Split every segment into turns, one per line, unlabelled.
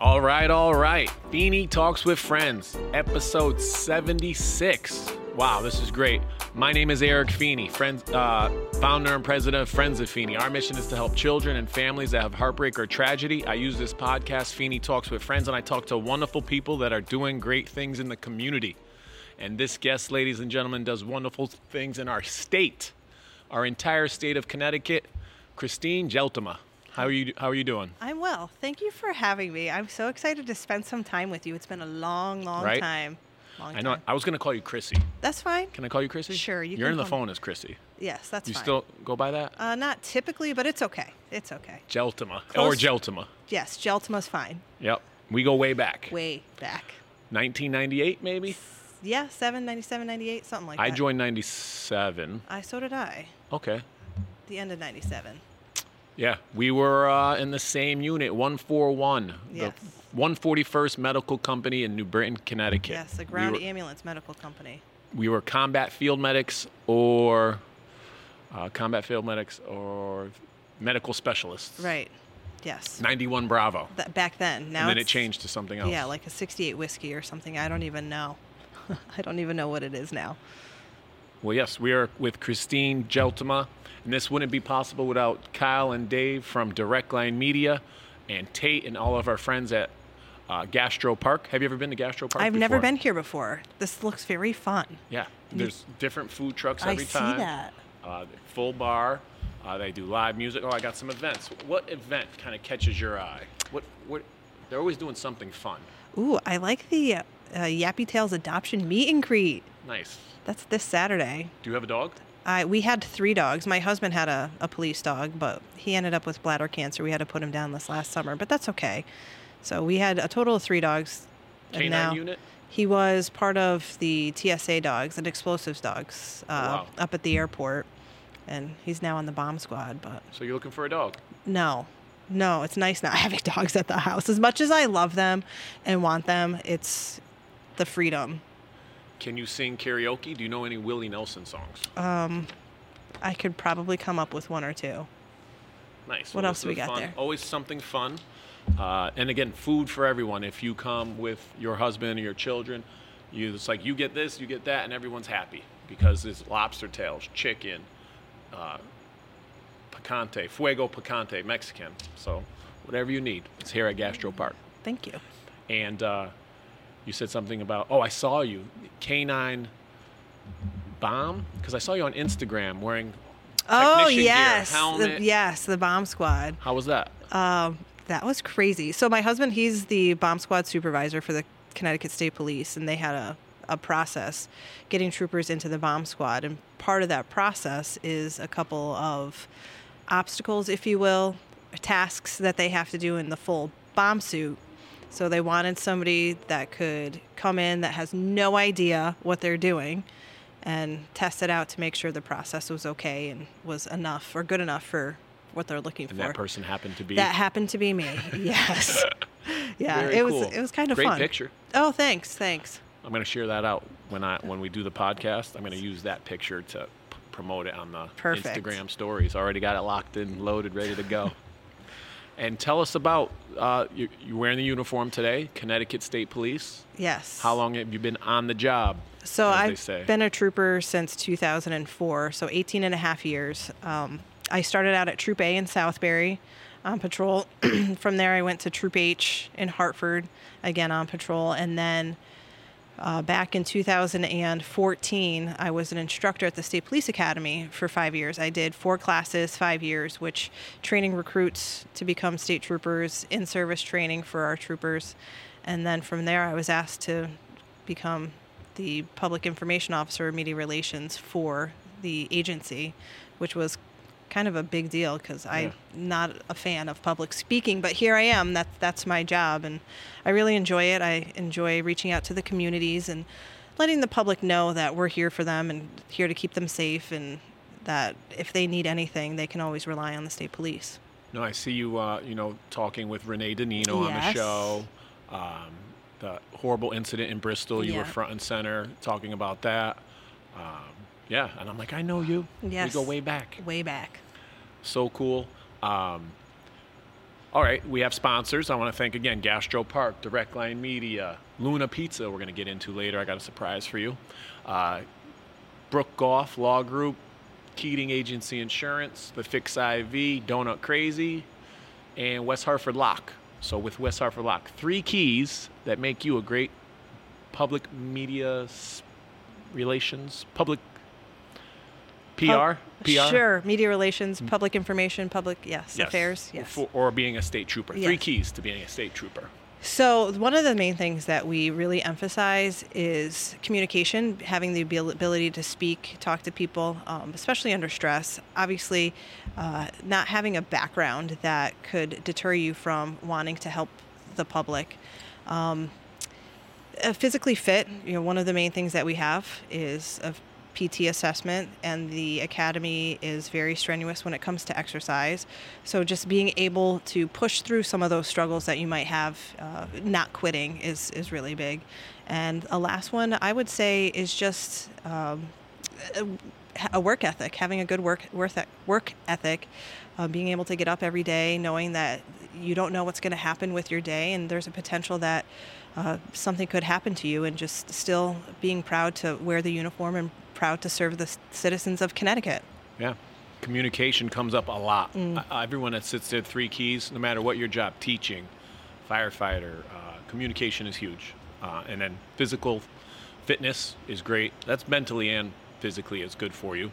All right, all right. Beanie Talks with Friends, episode 76. Wow, this is great. My name is Eric Feeney, friends, uh, founder and president of Friends of Feeney. Our mission is to help children and families that have heartbreak or tragedy. I use this podcast, Feeney Talks with Friends, and I talk to wonderful people that are doing great things in the community. And this guest, ladies and gentlemen, does wonderful things in our state, our entire state of Connecticut. Christine Geltema, how are you? How are you doing?
I'm well. Thank you for having me. I'm so excited to spend some time with you. It's been a long, long
Right?
time. Long
I know.
time.
I was going to call you Chrissy.
That's fine.
Can I call you Chrissy?
Sure, you
You're
can
in the
call me-
phone as Chrissy.
Yes, that's
You
fine.
still go by that?
uh, not typically, but it's okay. It's okay.
Geltima or
close.
Geltima.
Yes, Geltima's fine.
Yep. We go way back.
Way back.
1998 maybe.
Yeah, 7, 97, 98, something like
I
that.
joined 97.
I so did I.
Okay.
The end of 97.
Yeah, we were uh, in the same unit, 141,
Yes.
the 141st Medical Company in New Britain, Connecticut.
Yes, the ground
We were,
ambulance medical company.
we were combat field medics or uh, combat field medics or medical specialists.
Right. Yes.
91 Bravo.
That back then. Now
and then it
it's-
changed to something else.
Yeah, like a 68 whiskey or something. I don't even know. I don't even know what it is now.
Well, yes, we are with Christine Geltema, and this wouldn't be possible without Kyle and Dave from Direct Line Media, and Tate and all of our friends at uh, Gastro Park. Have you ever been to Gastro Park?
I've never
before?
been here before. This looks very fun.
Yeah, there's different food trucks
I
every
see
time.
that.
Uh, full bar. Uh, they do live music. Oh, I got some events. What event kind of catches your eye? What? What? They're always doing something fun.
Ooh, I like the uh, Yappy Tales adoption meet and greet.
Nice.
That's this Saturday.
Do you have a dog?
I, we had three dogs. My husband had a, a police dog, but he ended up with bladder cancer. We had to put him down this last summer, but that's okay. So we had a total of three dogs. and
Canine
now
unit?
He was part of the TSA dogs and explosives dogs uh,
wow.
up at the airport, and he's now on the bomb squad. But
So you're looking for a dog?
No, no, it's nice not having dogs at the house. As much as I love them and want them, it's the freedom.
Can you sing karaoke? Do you know any Willie Nelson songs?
I could probably come up with one or two.
Nice.
What
Well,
else
this
do we
is
got
fun.
there?
Always something fun. Uh, and again, food for everyone. If you come with your husband or your children, you it's like you get this, you get that, and everyone's happy because there's lobster tails, chicken, uh, picante, fuego picante, Mexican. So whatever you need, it's here at Gastro Park.
Thank you.
And uh, you said something about, oh, I saw you, canine bomb, because I saw you on Instagram wearing.
Oh
technician gear,
yes,
helmet.
the, yes, the bomb squad.
How was that?
Um, that was crazy. So my husband, he's the bomb squad supervisor for the Connecticut State Police, and they had a a process getting troopers into the bomb squad, and part of that process is a couple of obstacles, if you will, tasks that they have to do in the full bomb suit. So they wanted somebody that could come in that has no idea what they're doing and test it out to make sure the process was okay and was enough or good enough for what they're looking
and
for.
that person happened to be.
That happened to be me. Yes. yeah.
Very
it was
cool.
it was kind of
Great
fun.
picture.
Oh, thanks, thanks.
I'm gonna share that out when I when we do the podcast. I'm gonna use that picture to p- promote it on the
Perfect.
Instagram stories. Already got it locked in, loaded, ready to go. and tell us about uh, you, you're wearing the uniform today, Connecticut State Police.
Yes.
How long have you been on the job?
So
as they
I've
say?
been a trooper since 2004, so 18 and a half years. Um, I started out at Troop A in Southbury on patrol. From there, I went to Troop H in Hartford, again on patrol. And then uh, back in 2014, I was an instructor at the State Police Academy for five years. I did four classes, five years, which training recruits to become state troopers, in service training for our troopers. And then from there, I was asked to become the public information officer of media relations for the agency, which was kind of a big deal because
Yeah.
I'm not a fan of public speaking, but here I am. That's that's my job, and I really enjoy it. I enjoy reaching out to the communities and letting the public know that we're here for them and here to keep them safe, and that if they need anything, they can always rely on the state police.
No, I see you. Uh, you know, talking with Renee Danino on the
Yes.
show. Um, the horrible incident in Bristol. You were
Yeah.
front and center talking about that. Um, yeah, and I'm like, I know you.
Yes.
We go way back.
Way back.
so cool. Um, All right, we have sponsors. I want to thank again Gastro Park, Direct Line Media, Luna Pizza, we're going to get into later. I got a surprise for you. Uh, Brook Goff Law Group, Keating Agency Insurance, The Fix IV, Donut Crazy, and West Hartford Lock. So, with West Hartford Lock, three keys that make you a great public media s- relations, public PR, PR.
Sure. Media relations, public information, public yes,
Yes.
affairs. Yes.
For- or being a state trooper. Three
Yes.
keys to being a state trooper.
So, one of the main things that we really emphasize is communication, having the abil- ability to speak, talk to people, um, especially under stress. Obviously, uh, not having a background that could deter you from wanting to help the public. Um, uh, physically fit, you know, one of the main things that we have is a PT assessment, and the academy is very strenuous when it comes to exercise. So, just being able to push through some of those struggles that you might have, uh, not quitting is is really big. And a last one I would say is just um, a- a work ethic, having a good work work eth- work ethic, uh, being able to get up every day, knowing that you don't know what's going to happen with your day, and there's a potential that uh, something could happen to you, and just still being proud to wear the uniform and proud to serve the c- citizens of Connecticut.
Yeah. Communication comes up a lot.
Mm.
Uh, everyone that sits there, three keys, no matter what your job, teaching, firefighter, uh, communication is huge. Uh, and then physical fitness is great. That's mentally and physically, it's good for you.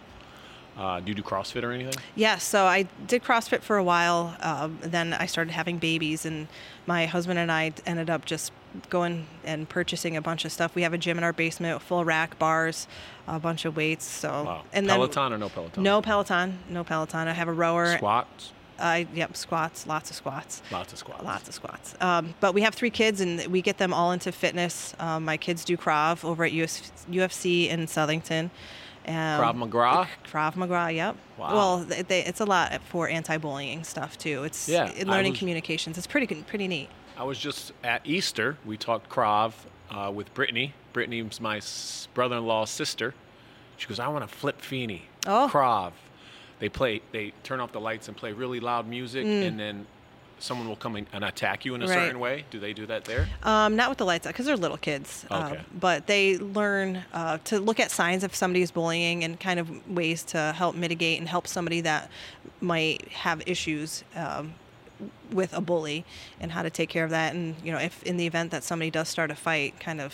Uh, do you do CrossFit or anything?
Yeah, so I did CrossFit for a while. Um, then I started having babies, and my husband and I ended up just going and purchasing a bunch of stuff. We have a gym in our basement, full rack, bars, a bunch of weights. So,
Wow.
and then
Peloton or no Peloton?
No Peloton, no Peloton. I have a rower.
Squats?
I yep, squats, lots of squats.
Lots of squats.
Lots of squats. Um, but we have three kids, and we get them all into fitness. Um, my kids do Krav over at US, UFC in Southington. Um,
Krav Maga?
Krav Maga, yep.
Wow.
Well, th- they, it's a lot for anti-bullying stuff too. It's
Yeah,
in
I
learning
was-
communications. It's pretty pretty neat.
I was just at Easter. We talked Krav uh, with Brittany. Brittany's my s- brother-in-law's sister. She goes, "I want to flip Feeney.
Oh.
Krav." They play. They turn off the lights and play really loud music, and then someone will come in and attack you in a
Mm. Right.
certain way. Do they do that there?
Um, not with the lights out because they're little kids. uh,
Okay.
but they learn uh, to look at signs if somebody's bullying and kind of ways to help mitigate and help somebody that might have issues um, with a bully and how to take care of that. And, you know, if in the event that somebody does start a fight, kind of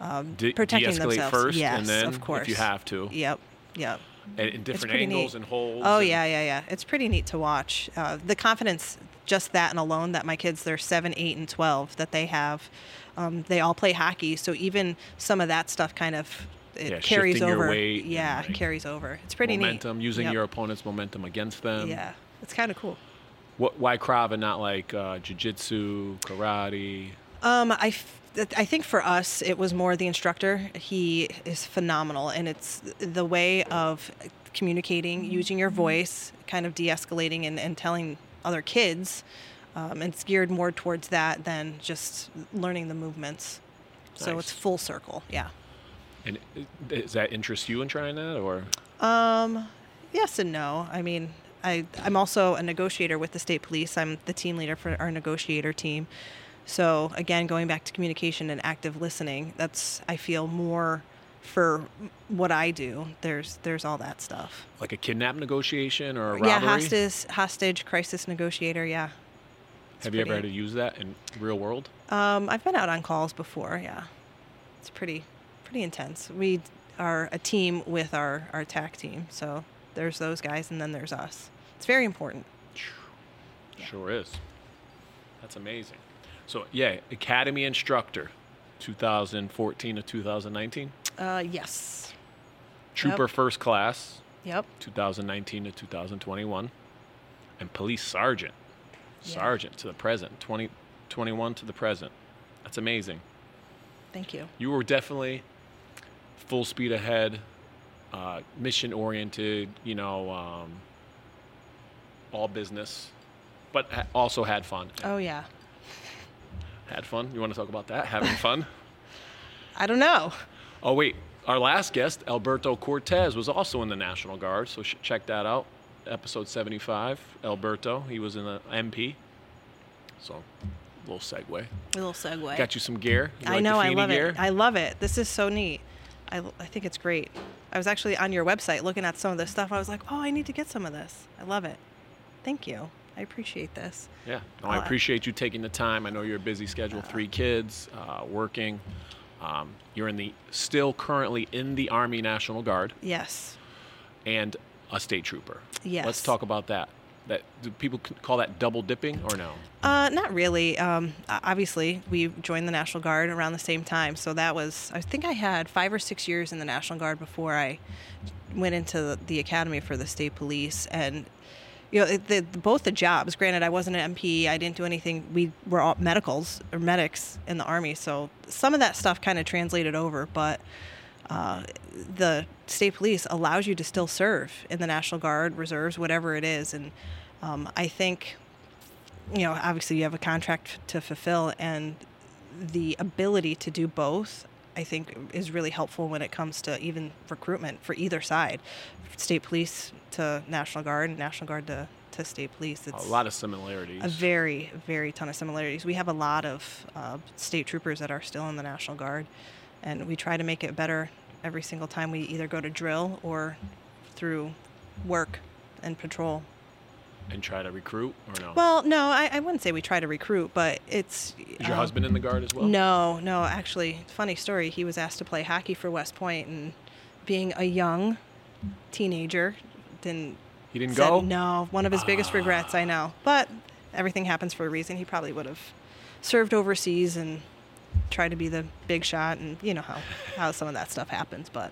um,
De-
protecting
de-escalate
themselves.
first,
yes,
and then
of course.
if you have to,
Yep. Yep.
and in different
pretty
angles
neat.
and holes.
Oh
and-
yeah, yeah, yeah. It's pretty neat to watch. Uh, the confidence, just that and alone, that my kids, they're seven, eight, and twelve, that they have. Um, they all play hockey, so even some of that stuff kind of it
Yeah,
carries
shifting your
over.
weight and,
yeah,
like,
carries over. It's pretty
Momentum,
neat.
using
Yep.
your opponent's momentum against them.
yeah, it's kind of cool.
What, why Krav and not like uh, jiu-jitsu, karate?
Um, I, f- I think for us, it was more the instructor. He is phenomenal, and it's the way of communicating, using your voice, kind of de escalating and, and telling other kids. Um, and it's geared more towards that than just learning the movements. So
Nice.
it's full circle. Yeah.
And does that interest you in trying that, or
Um, yes and no. I mean, I I'm also a negotiator with the state police. I'm the team leader for our negotiator team. So again, going back to communication and active listening, that's I feel more for what I do. There's there's all that stuff.
like a kidnap negotiation or a
Yeah,
robbery?
hostage hostage crisis negotiator. Yeah. It's
Have you ever had to
pretty-
use that in real world?
Um, I've been out on calls before. Yeah, it's pretty pretty intense. We are a team with our our tac team, so there's those guys, and then there's us. It's very important.
Sure is. That's amazing. So yeah, academy instructor, 2014 to 2019,
Uh, yes.
trooper first class,
Yep.
2019 to 2021, and police sergeant,
Yeah.
sergeant to the present, 20, 21 to the present. That's amazing.
Thank you.
you were definitely full speed ahead, uh, mission oriented, you know, um, all business, but ha- also had fun.
Oh yeah.
Had fun. You want to talk about that? Having fun?
I don't know.
oh, wait. Our last guest, Alberto Cortez, was also in the National Guard, so sh- check that out. Episode 75, Alberto. He was in the MP. So, little segue.
A little segue.
Got you some gear. You
I
like the
know. I
Feeny
love
gear?
it. I love it. This is so neat. I, I think it's great. I was actually on your website looking at some of this stuff. I was like, oh, I need to get some of this. I love it. Thank you. I appreciate this.
Yeah, no, I
Uh,
appreciate you taking the time. I know you're a busy schedule, three kids, uh, working. Um, you're in the still currently in the Army National Guard
Yes.
and a state trooper. Let's
Yes.
talk about that. That do people c- call that double dipping or no?
Uh, not really. Um, o- obviously, we joined the National Guard around the same time. So that was, I think I had five or six years in the National Guard before I went into the, the academy for the state police. And, you know, it, the, both the jobs, granted, I wasn't an MP, I didn't do anything. We were all medicals or medics in the Army. So some of that stuff kind of translated over. But uh, the state police allows you to still serve in the National Guard, reserves, whatever it is. And um, I think you know, obviously you have a contract to fulfill, and the ability to do both, I think, is really helpful when it comes to even recruitment for either side, state police to National Guard, National Guard to, to state police.
A
It's
lot of similarities.
a very, very ton of similarities. We have a lot of uh, state troopers that are still in the National Guard, and we try to make it better every single time we either go to drill or through work and patrol.
and try to recruit or no?
Well, no, I, I wouldn't say we try to recruit, but it's.
Is your
um,
husband in the guard as well?
No, no. Actually, funny story. He was asked to play hockey for West Point, and being a young teenager, didn't.
He didn't
said
go.
No, one of his biggest regrets. I know, but everything happens for a reason. He probably would have served overseas and tried to be the big shot, and you know how how some of that stuff happens, but.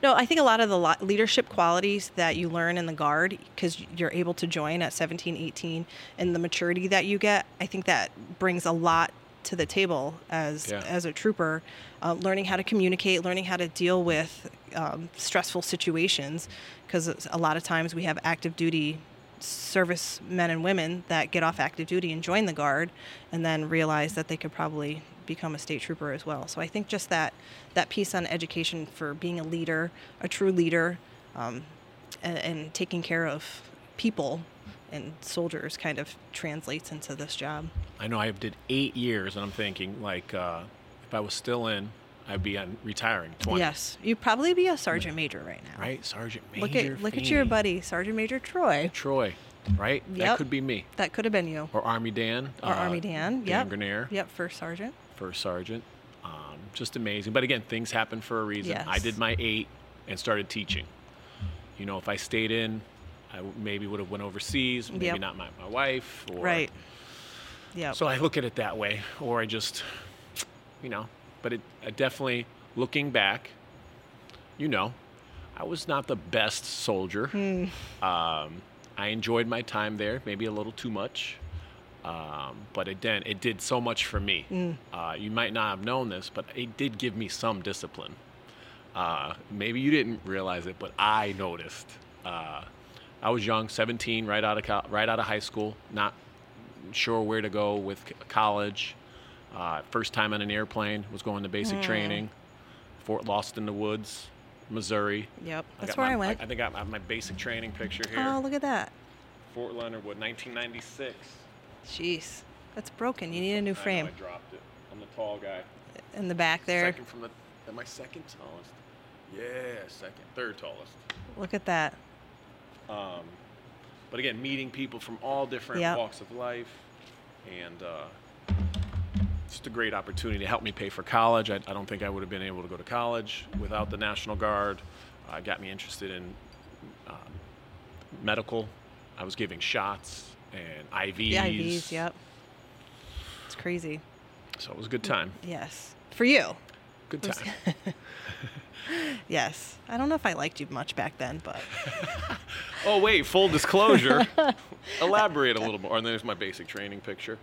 No, I think a lot of the lo- leadership qualities that you learn in the Guard, because you're able to join at 17, 18, and the maturity that you get, I think that brings a lot to the table as
Yeah.
as a trooper. Uh, learning how to communicate, learning how to deal with um, stressful situations, because a lot of times we have active duty service men and women that get off active duty and join the guard and then realize that they could probably become a state trooper as well so i think just that that piece on education for being a leader a true leader um, and, and taking care of people and soldiers kind of translates into this job
I know I did eight years, and I'm thinking like, uh, if I was still in, I'd be on retiring 20.
yes you'd probably be a sergeant major right now
Right, Sergeant Major.
look at look at your
Feeney.
buddy sergeant major troy
Troy. Right. That
Yep.
could be me.
that could have been you
or Army Dan.
or army
Uh,
dan
Dan
yep
Grenier,
yep first sergeant
first sergeant. Um, just amazing. But again, things happen for a reason.
Yes.
I did my eight and started teaching. You know, if I stayed in, I w- maybe would have went overseas. Maybe
Yep.
not my, my wife. Or,
right yeah
So I look at it that way, or I just, you know. But it I definitely looking back, you know, I was not the best soldier. Um, I enjoyed my time there, maybe a little too much. Um, but it then it did so much for me.
Mm.
Uh, you might not have known this, but it did give me some discipline. Uh, maybe you didn't realize it, but I noticed. Uh, I was young, 17, right out of co- right out of high school, not sure where to go with c- college. Uh, first time on an airplane, was going to basic training. Fort Lost in the Woods, Missouri.
yep
I
that's
got
where
my-
i went
I, think I have my basic training picture here.
oh look at that
Fort Leonard Wood, 1996.
Jeez, that's broken. You need a new
I know
frame
I dropped it. I'm the tall guy.
in the back there.
Second from the. Am I second tallest? Yeah, second. Third tallest.
Look at that.
Um, but again, meeting people from all different
Yep.
walks of life, and uh, just a great opportunity to help me pay for college. I, I don't think I would have been able to go to college without the National Guard. Uh, got me interested in um, medical. I was giving shots and IVs.
The IVs, yep. It's crazy.
So it was a good time.
Yes. For you.
Good
It was-
time.
Yes. I don't know if I liked you much back then, but
Oh wait, full disclosure. Elaborate a little more. Oh, And there's my basic training picture.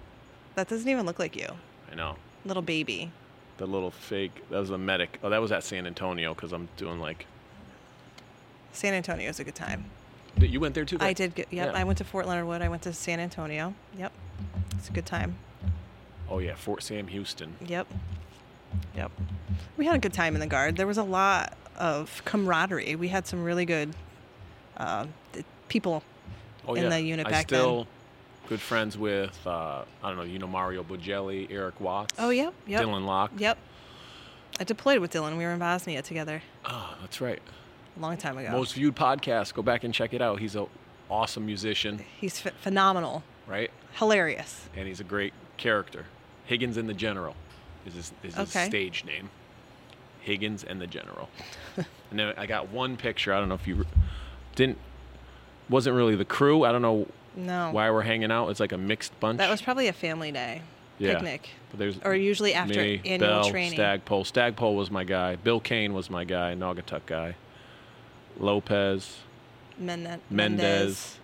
that doesn't even look like you.
I know.
Little baby.
The little fake. That was a medic. Oh, that was at San Antonio because I'm doing like.
San Antonio is a good time.
Th- You went there too.
I
right?
did. Go,
Yeah.
yep. I went to Fort Leonard Wood. I went to San Antonio. Yep. It's a good time.
Oh yeah, Fort Sam Houston.
Yep. Yep. We had a good time in the guard. There was a lot of camaraderie. We had some really good uh, th- people
Oh
In
yeah.
the unit
I
back then.
still Good friends with, uh, I don't know, you know Mario Bugelli, Eric Watts.
Oh, yep, yep.
Dylan Locke.
Yep. I deployed with Dylan. We were in Bosnia together
Oh, that's right.
a long time ago.
Most viewed podcast. Go back and check it out. He's a awesome musician,
He's ph phenomenal,
right?
hilarious.
And he's a great character. Higgins and the General is his, is his
Okay.
stage name. Higgins and the General. and then I got one picture. I don't know if you re- didn't wasn't really the crew. I don't know
No,
why we're hanging out. It's like a mixed bunch.
that was probably a family day
Yeah.
picnic,
But there's
or usually after
me,
annual
Bell,
training.
Stagpole. Stagpole was my guy. Bill Kane was my guy. Naugatuck guy. Lopez,
Mende-
Mendez.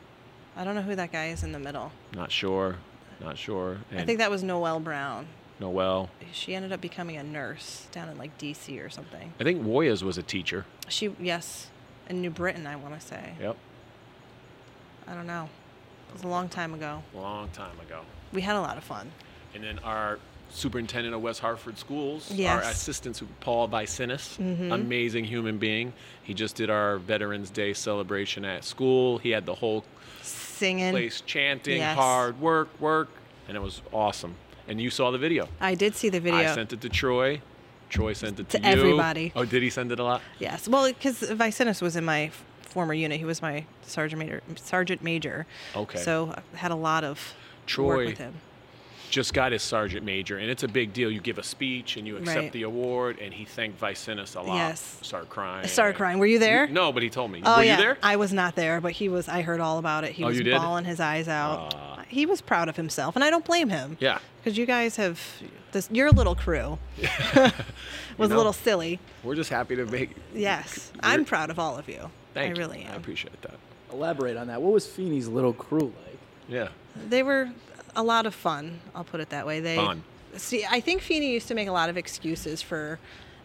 I don't know who that guy is in the middle.
Not sure. Not sure. And
I think that was Noelle Brown.
Noel.
She ended up becoming a nurse down in like D.C. or something.
I think Woyas was a teacher.
She yes, in New Britain, I want to say.
Yep.
I don't know. It was a long time ago.
Long time ago.
We had a lot of fun.
And then our superintendent of West Hartford Schools, our
Yes. Mm-hmm.
assistant, su- Paul Vicinis, amazing human being. He just did our Veterans Day celebration at school. He had the whole
Singing.
place chanting,
Yes.
hard work, work, and it was awesome. And you saw the video.
I did see the video.
I sent it to Troy. Troy sent it to,
To
you.
everybody.
Oh, did he send it a lot?
Yes. Well, because Vicenus was in my f- former unit. He was my sergeant major. Sergeant major.
Okay.
So I had a lot of
Troy
work with him.
just got his sergeant major, and it's a big deal. You give a speech and you accept
Right.
the award, and he thanked Vicenus a lot.
Yes.
Started crying.
I started crying. Were you there?
no, but he told me.
Oh
Were
yeah.
you there?
I was not there, but he was. I heard all about it. He
Oh,
was
you did? Ah.
bawling his eyes out. he was proud of himself, and I don't blame him.
yeah.
Because you guys have this. Your little crew was
know.
a little silly.
We're just happy to make.
Yes,
You're-
I'm proud of all of you.
Thank you.
I really
I
am.
appreciate that.
Elaborate on that. What was Feeney's little crew like?
Yeah.
They were a lot of fun. I'll put it that way. They
Fun.
see. I think Feeney used to make a lot of excuses for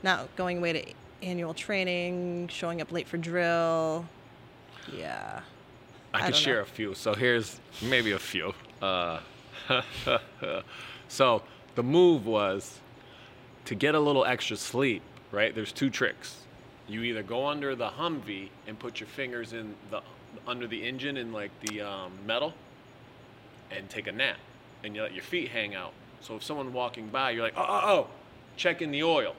not going away to annual training, showing up late for drill. Yeah.
I, could
don't
share
know.
a few. So here's maybe a few. Uh, so the move was to get a little extra sleep, right? There's two tricks. You either go under the Humvee and put your fingers in the under the engine and like the um, metal, and take a nap, and you let your feet hang out. So if someone walking by, you're like, oh, oh, oh, check in the oil,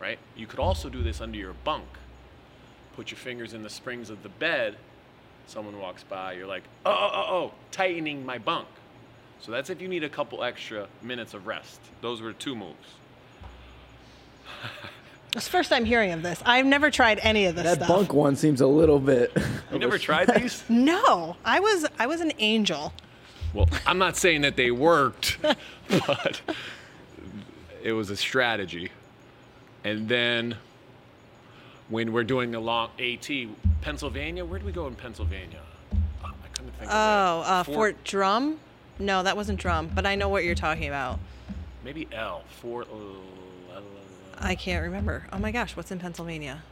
right? You could also do this under your bunk. Put your fingers in the springs of the bed. Someone walks by, you're like, oh, oh, oh, oh, tightening my bunk. So that's if you need a couple extra minutes of rest. Those were two moves.
It's the first time hearing of this. I've never tried any of this
That
stuff.
bunk one seems a little bit.
You never tried these?
No, I was I was an angel.
Well, I'm not saying that they worked, but it was a strategy. And then when we're doing the long AT, Pennsylvania, where do we go in Pennsylvania? Uh, I couldn't think of
Oh,
it.
uh, Fort, Drum? No, that wasn't Drum, but I know what you're talking about.
Maybe L. Fort. L-
I can't remember. Oh my gosh, what's in Pennsylvania?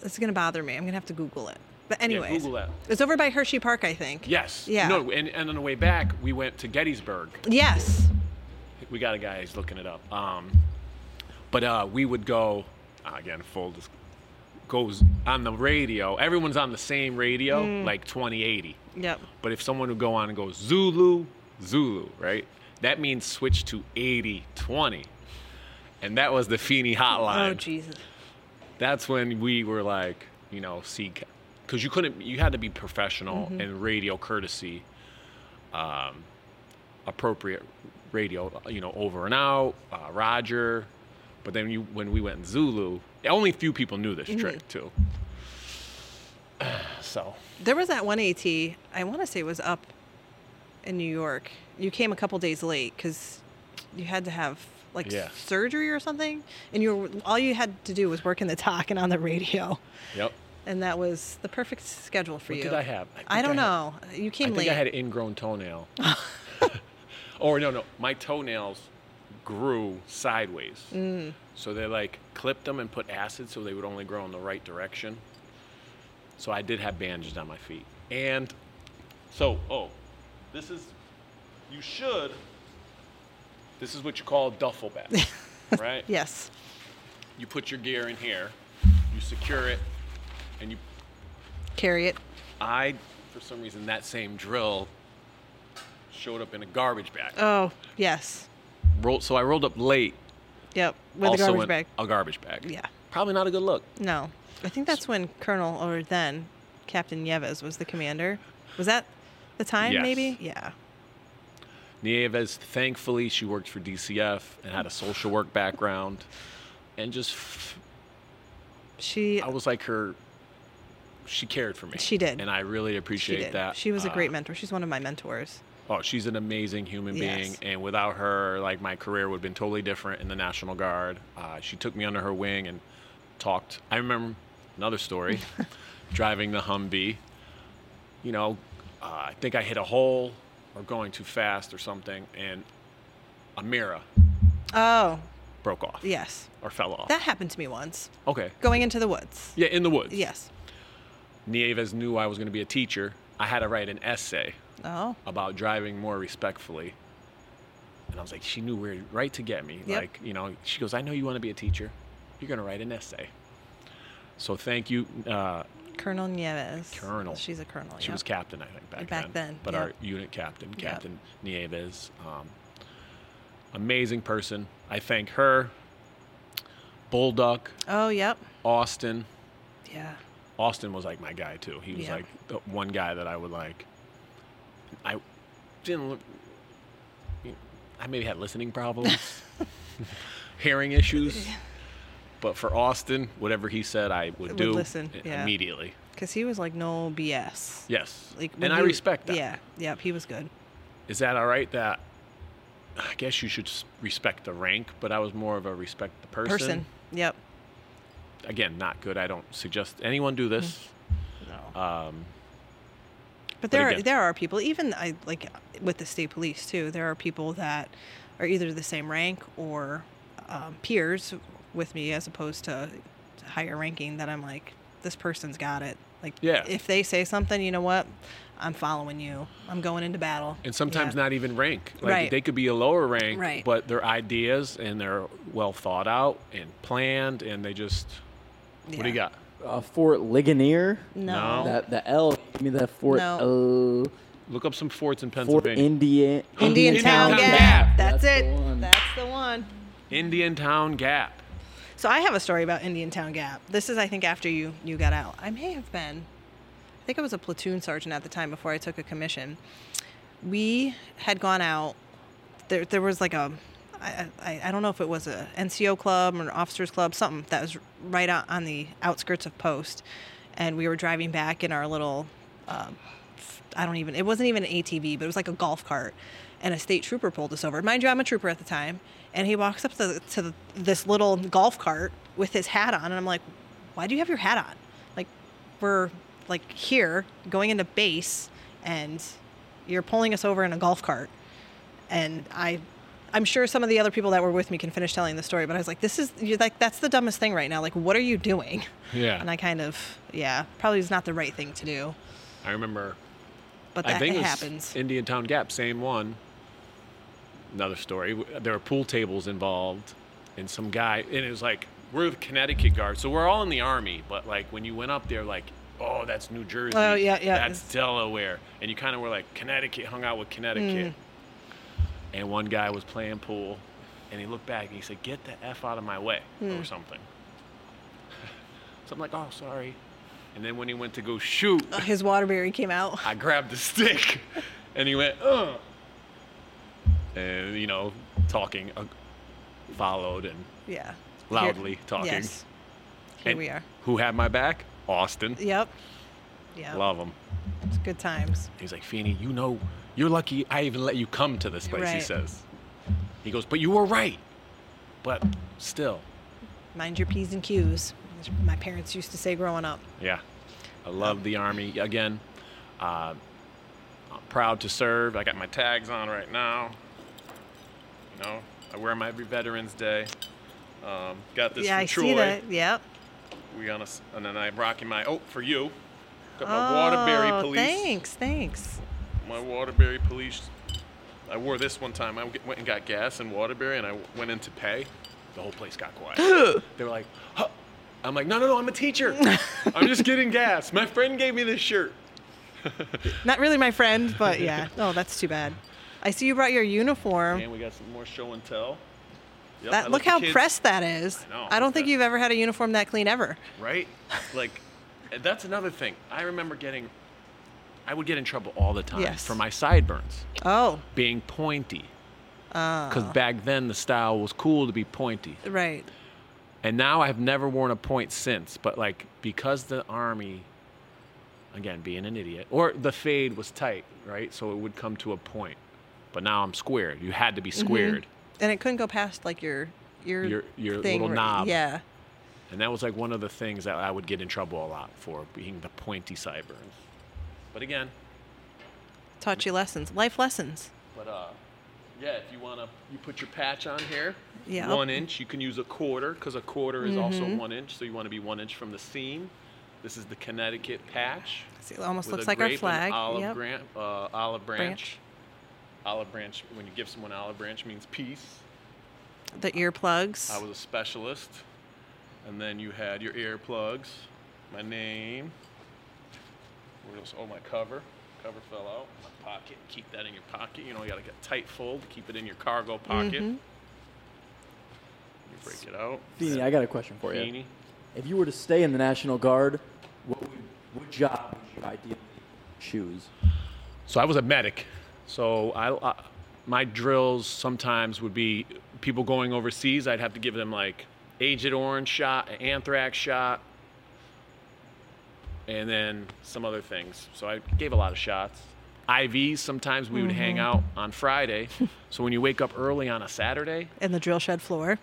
This is gonna bother me. I'm gonna have to Google it. But anyways,
Google that.
It's over by Hershey Park, I think.
Yes.
Yeah.
No, and, and on the way back, we went to Gettysburg.
Yes.
We got a guy who's looking it up. Um, but uh, we would go uh, again. Full dis- goes on the radio. Everyone's on the same radio, like 2080.
Yep.
But if someone would go on and go Zulu, Zulu, right? That means switch to 8020. And that was the Feeney hotline.
Oh Jesus.
That's when we were like, you know, seek, because you couldn't, you had to be professional and radio courtesy, um, appropriate radio, you know, over and out, uh, Roger. But then you, when we went in Zulu, only a few people knew this trick too. So
There was that one AT. I want to say it was up in New York. You came a couple days late because you had to have like
Yeah.
surgery or something, and you were, all you had to do was work in the talk and on the radio,
Yep.
and that was the perfect schedule for
What
you.
did I have? I
I,
think
don't
I had-
know. You
I
came
think
late.
I had an ingrown toenail. or no, no, my toenails grew sideways. So they like clipped them and put acid so they would only grow in the right direction. So I did have bandages on my feet. And so, oh, this is you should this is what you call a duffel bag, right?
yes.
You put your gear in here, you secure it, and you
Carry it.
I, for some reason, that same drill showed up in a garbage bag.
Oh, yes.
Rolled, so I rolled up late.
Yep. With
also
a garbage
in
bag.
A garbage bag.
Yeah.
Probably not a good look.
No. I think that's when Colonel, or then Captain Yevas, was the commander. Was that the time,
Yes.
maybe? Yeah.
Nieves, thankfully, she worked for DCF and had a social work background, and just f-
She
I was like her. She cared for me.
She did.
and I really
she
appreciate
did.
that.
She was a
Uh,
great mentor. She's one of my mentors.
Oh, she's an amazing human being,
Yes.
and without her, like my career would have been totally different in the National Guard. Uh, she took me under her wing and talked. I remember another story, driving the Humvee. You know, uh, I think I hit a hole or going too fast or something, and a mirror
Oh,
broke off
yes.
or fell off.
That happened to me once.
okay.
Going into the woods.
Yeah, in the woods.
Yes.
Nieves knew I was going to be a teacher. I had to write an essay
Oh.
about driving more respectfully. And I was like, she knew where right to get me.
Yep.
Like, you know, she goes, I know you want to be a teacher. You're going to write an essay. So thank you. Uh,
Colonel Nieves.
Colonel.
She's a colonel.
she
yeah.
was captain, I think, back,
Back then,
But
yep.
our unit captain, Captain Nieves, um, amazing person. I thank her, Bulldog,
Oh, yep.
Austin.
Yeah.
Austin was like my guy too. He was
Yeah.
like the one guy that I would like. I didn't look. I maybe had listening problems, hearing issues, but for Austin, whatever he said, I would,
Would
do
listen,
i-
yeah.
immediately.
Because he was like, no BS.
Yes,
Like, when
and I
you-
respect that. Is
Yeah. Yep. He was good.
that all right? That I guess you should s- respect the rank, but I was more of a respect the person.
Person. Yep.
Again, not good. I don't suggest anyone do this.
Mm. No. Um, but there
again-
are there are people even I like with the state police too. There are people that are either the same rank or um, peers with me as opposed to higher ranking that I'm like this person's got it. Like
Yeah.
if they say something, you know what? I'm following you. I'm going into battle.
and sometimes not even rank. Like
Right.
they could be a lower rank,
Right.
but their ideas and they're well thought out and planned, and they just what do you got?
Uh, Fort Ligonier.
No.
No.
That the L. Give me that Fort.
No.
uh,
Look up some forts in
Fort
Pennsylvania.
Indian.
Indian, Town,
Town
Gap.
Gap.
That's,
That's the
it.
one.
That's the one.
Indian Town Gap.
So I have a story about Indian Town Gap. This is, I think, after you you got out. I may have been, I think I was a platoon sergeant at the time before I took a commission. We had gone out. There, there was like a, I, I, I don't know if it was a NCO club or an officers club, something that was right out on the outskirts of post, and we were driving back in our little. Um, I don't even, it wasn't even an ATV, but it was like a golf cart. And a state trooper pulled us over. Mind you, I'm a trooper at the time. And he walks up to, to the, this little golf cart with his hat on. And I'm like, why do you have your hat on? Like, we're like here going into base and you're pulling us over in a golf cart. And I, I'm sure some of the other people that were with me can finish telling the story, but I was like, this is, you're like, that's the dumbest thing right now. Like, what are you doing?
Yeah.
And I kind of, yeah, probably is not the right thing to do,
I remember.
but
I
that
think
it
it was
happens.
Indian Town Gap, same one. Another story. W- There were pool tables involved, and some guy, and it was like we're the Connecticut Guard, so we're all in the Army. But like when you went up there, like oh, that's New Jersey.
Oh, yeah, yeah,
That's
it's-
Delaware, and you kind of were like Connecticut, hung out with Connecticut.
Hmm.
And one guy was playing pool, and he looked back and he said, "Get the f out of my way,"
Hmm.
or something. so I'm like, "Oh, sorry." And then when he went to go shoot,
his Waterbury came out.
I grabbed the stick, and he went, "Ugh," and you know, talking uh, followed, and
Yeah.
Loudly
Here-
talking.
Yes. Here
and
we are.
Who had my back? Austin.
Yep. Yeah.
Love him.
It's good times.
He's like, Feeney, you know, you're lucky I even let you come to this place. He
Right.
says. He goes, but you were right. But still,
Mind your P's and Q's. as My parents used to say growing up.
yeah, I love the army again. Uh, I'm proud to serve. I got my tags on right now. You know, I wear them every Veterans Day. Um, got this
yeah,
from
I
Troy.
see that. Yep.
We on a s and then I'm rocking my oh for you. Got my
oh,
Waterbury police.
Thanks, thanks.
My Waterbury police. I wore this one time. I went and got gas in Waterbury, and I went in to pay. The whole place got quiet. they were like, huh. I'm like, no, no, no, I'm a teacher. I'm just getting gas. My friend gave me this shirt.
Not really my friend, but yeah. Oh, that's too bad. I see you brought your uniform.
And we got some more show and tell. Yep, I
that,
let
look
the
how
kids-
pressed that is.
I know,
I don't
look
think
at-
you've ever had a uniform that clean ever.
right? Like, that's another thing. I remember getting, I would get in trouble all the time
Yes.
for my sideburns
Oh,
being pointy.
Uh.
Because back then the style was cool to be pointy.
right.
And now I've never worn a point since, but like because the army, again, being an idiot, or the fade was tight, right? So it would come to a point. But now I'm squared. You had to be squared.
And it couldn't go past like your your
Your- your
thing
little
where-
knob.
Yeah.
And that was like one of the things that I would get in trouble a lot for being the pointy sideburns. But again,
Taught you lessons, life lessons.
but uh, yeah, if you wanna, you put your patch on here.
Yeah. Mm-hmm.
One inch. You can use a quarter because a quarter is also one inch. So you want to be one inch from the seam. This is the Connecticut patch.
See, it almost
with
looks
a
like our
grape and
flag.
Olive,
Yep.
gran- uh, olive branch.
Branch.
Olive branch. When you give someone olive branch, means peace.
The earplugs.
I was a specialist, and then you had your earplugs, my name. What else? Oh, my cover. Cover fell out. My pocket. Keep that in your pocket. You know, you gotta get tight fold to keep it in your cargo pocket. You break it out.
Mm-hmm. Feeny, I got a question for you.
Beanie.
If you were to stay in the National Guard, what, would, what job would you ideally choose?
So I was a medic. So I, I my drills sometimes would be people going overseas. I'd have to give them like Agent Orange shot, an anthrax shot, and then some other things. So I gave a lot of shots. IVs. Sometimes we would hang out on Friday. so when you wake up early on a Saturday
and the drill shed floor.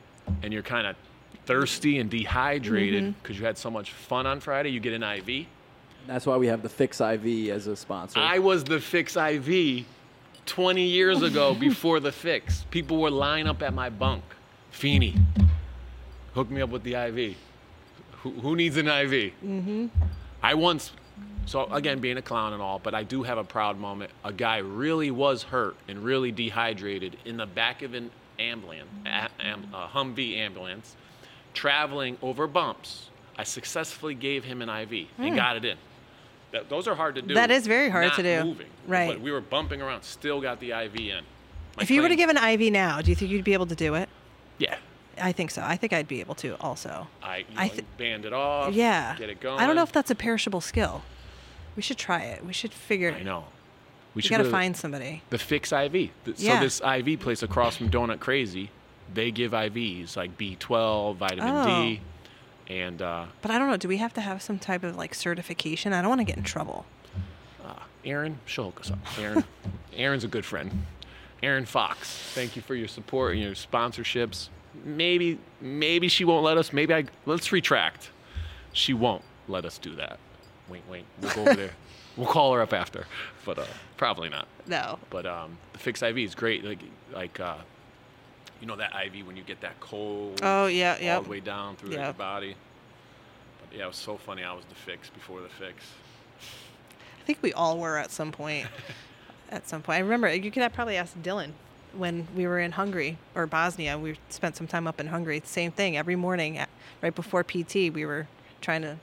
and you're kind of thirsty and dehydrated because you had so much fun on Friday, you get an IV.
That's why we have the Fix IV as a sponsor.
I was the fix IV 20 years ago before the fix. People were lined up at my bunk. Feeney, hook me up with the IV. Who, who needs an IV? Mm-hmm. I once, so again, being a clown and all, but I do have a proud moment. A guy really was hurt and really dehydrated in the back of an ambulance, a, am, a Humvee ambulance, traveling over bumps. I successfully gave him an IV and got it in. That, those are hard to do.
Hmm. That is very hard
not
to do.
Moving,
Right.
But we were bumping around, still got the IV in. My
If you were to
claim-
give an IV now, do you think you'd be able to do it?
yeah,
I think so. I think I'd be able to also.
I, you
I
know,
th-
band it off.
yeah.
Get it going.
I don't know if that's a perishable skill. We should try it. We should figure it.
I know. We
You
should
got
go
to
to
find somebody.
the Fix IV. Th-
Yeah.
So this IV place across from Donut Crazy, they give IVs like B12, vitamin D, and uh,
But I don't know. Do we have to have some type of like certification? I don't want to get in trouble.
Aaron, she'll hook us up. Aaron, Aaron's a good friend. Aaron Fox, thank you for your support and your sponsorships. Maybe, maybe she won't let us. Maybe I let's retract. She won't let us do that. Wink, wink. We'll go over there. We'll call her up after, but uh, probably not.
No.
But um, the fixed IV is great. Like, like uh, you know that IV when you get that cold.
Oh, yeah, yeah.
All the way down through
Yeah.
your body. But yeah, it was so funny. I was the fix before the fix.
I think we all were at some point. at some point, I remember you could have probably asked Dylan when we were in Hungary or Bosnia. We spent some time up in Hungary. Same thing. Every morning, at, right before PT, we were trying to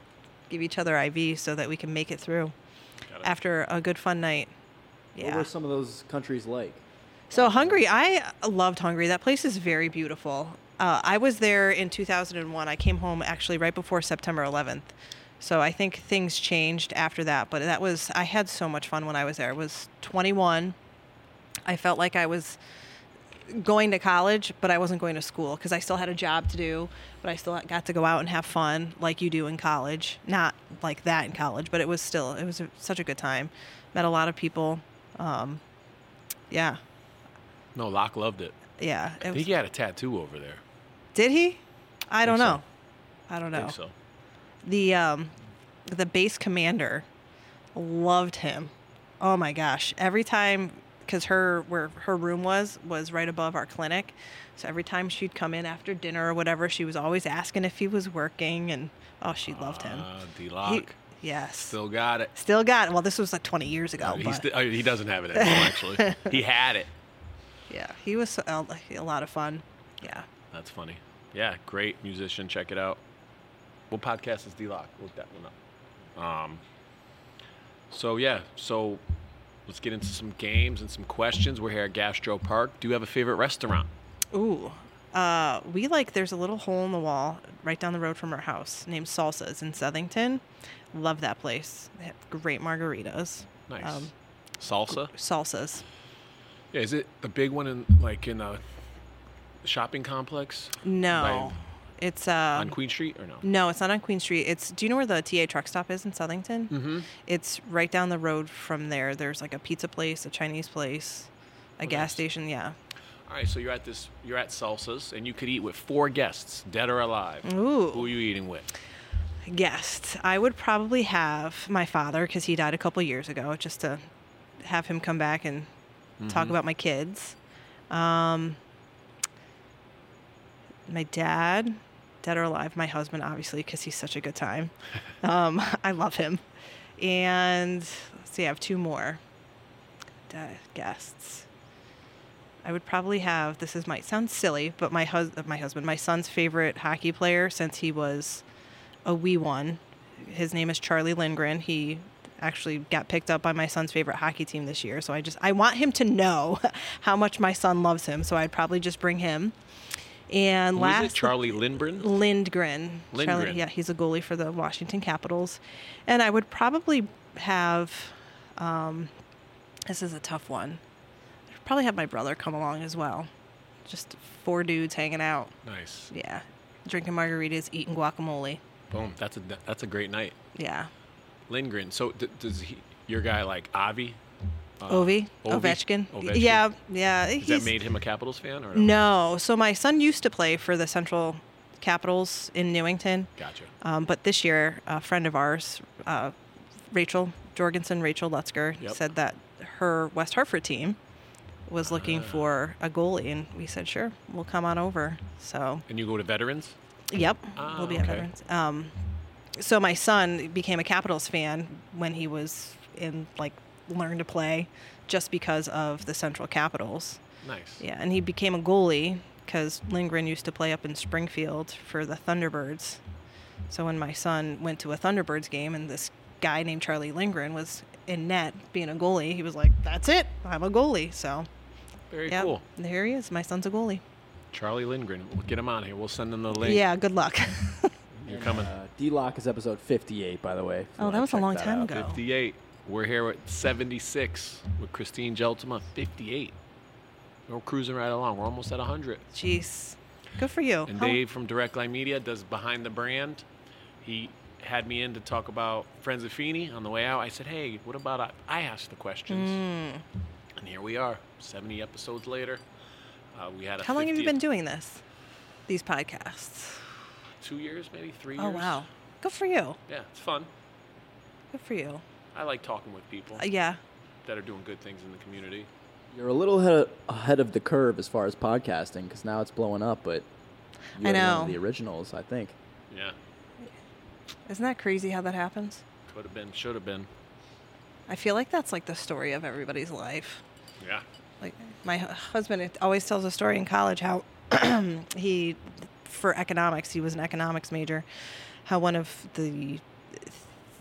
give each other IV so that we can make it through
Got it.
after a good fun night.
What
Yeah.
were some of those countries like?
So Hungary, I loved Hungary. That place is very beautiful. Uh, I was there in 2001. I came home actually right before September 11th. So I think things changed after that, but that was I had so much fun when I was there. I was 21. I felt like I was going to college, but I wasn't going to school because I still had a job to do, but I still got to go out and have fun like you do in college. Not like that in college, but it was still it was a, such a good time. Met a lot of people. Um, yeah,
No, Locke loved it.
yeah. it
I
was-
think he had a tattoo over there.
did he? I don't
so.
know. I don't
I
know.
think so.
The um, the base commander loved him. Oh my gosh! Every time, because her where her room was was right above our clinic, so every time she'd come in after dinner or whatever, she was always asking if he was working, and oh, she loved him.
Uh, D
He-
Lock
yes. Still,
still got it.
got. Well, this was like 20 years ago.
He,
but,
sti- uh, he doesn't have it anymore, actually. he had it.
yeah, he was so- a, a lot of fun. Yeah.
That's funny. Yeah, great musician. Check it out. What podcast is D Lock? Look that one up. Um, so yeah, so Let's get into some games and some questions. We're here at Gastro Park. Do you have a favorite restaurant?
Ooh. Uh, we like there's a little hole in the wall right down the road from our house named Salsa's in Southington. Love that place. They have great margaritas.
Nice. Salsa?
salsas.
Um, Yeah, is it the big one in like in uh, the shopping complex
No. It's uh
on Queen Street or no?
no, it's not on Queen Street. It's do you know where the TA truck stop is in Southington? Mm-hmm. It's right down the road from there. There's like a pizza place, a Chinese place, a gas
nice.
station. Yeah.
All right, so you're at this you're at Salsa's and you could eat with four guests, dead or alive.
Ooh.
Who are you eating with?
guests, I would probably have my father because he died a couple years ago, just to have him come back and talk about my kids. Um, my dad, dead or alive, my husband, obviously, because he's such a good time. Um, I love him. And let's see, I have two more di- guests. I would probably have this is might sound silly, but my hus- uh, my husband, my son's favorite hockey player since he was a wee one. His name is Charlie Lindgren. He actually got picked up by my son's favorite hockey team this year. So I just I want him to know how much my son loves him. So I'd probably just bring him. And
Who is
last
it? Charlie Lindgren?
Lindgren. Charlie-
Lindgren.
yeah, he's a goalie for the Washington Capitals. And I would probably have um, this is a tough one. I'd probably have my brother come along as well. Just four dudes hanging out.
Nice.
Yeah. Drinking margaritas, eating guacamole.
Boom. That's a that's a great night.
Yeah.
Lindgren. So d- does he your guy like Avi? Uh,
Ovi,
Ovi?
Ovechkin.
Ovechkin?
Yeah, yeah.
Has that made him a Capitals fan or no?
no. So my son used to play for the Central Capitals in Newington,
Gotcha.
um, but this year a friend of ours, uh, Rachel Jorgensen, Rachel Lutzker,
Yep.
said that her West Hartford team was looking
Ah.
for a goalie, and we said, "Sure, we'll come on over." So
And you go to veterans?
Yep.
Ah,
we'll be
okay.
at Veterans. Um, so my son became a Capitals fan when he was in like learned to play just because of the Central Capitals.
Nice.
Yeah, and he became a goalie because Lindgren used to play up in Springfield for the Thunderbirds. So when my son went to a Thunderbirds game and this guy named Charlie Lindgren was in net being a goalie, he was like, "That's it, I'm a goalie." So
Very
yeah,
cool.
there he is. My son's a goalie.
Charlie Lindgren. We'll get him on here. We'll send him the link.
Yeah, good luck.
You're coming.
Uh, D Lock is episode 58, by the way. if you
Oh,
wanna
that was a
check
long
that
time
out.
ago. go.
58. We're here at 76 with Christine Geltema, 58. We're cruising right along. We're almost at 100.
Jeez, good for you.
And
How-
Dave from Direct Line Media does Behind the Brand. He had me in to talk about Friends of Feeney. On the way out, I said, hey, what about I, I asked the questions?
Hmm.
And here we are, 70 episodes later. Uh, we had a
How long have you
50th
been doing this? These podcasts.
Two years, maybe three
Oh
years.
wow. Good for you.
Yeah, it's fun.
Good for you.
I like talking with people
Uh, yeah.
that are doing good things in the community.
You're a little ahead of, ahead of the curve as far as podcasting because now it's blowing up, but you're
I
one of
know.
the originals, I think.
Yeah,
Isn't that crazy how that happens?
could have been, should have been.
I feel like that's like the story of everybody's life.
Yeah.
Like my hu- husband it- always tells a story in college how he for economics, he was an economics major, how one of the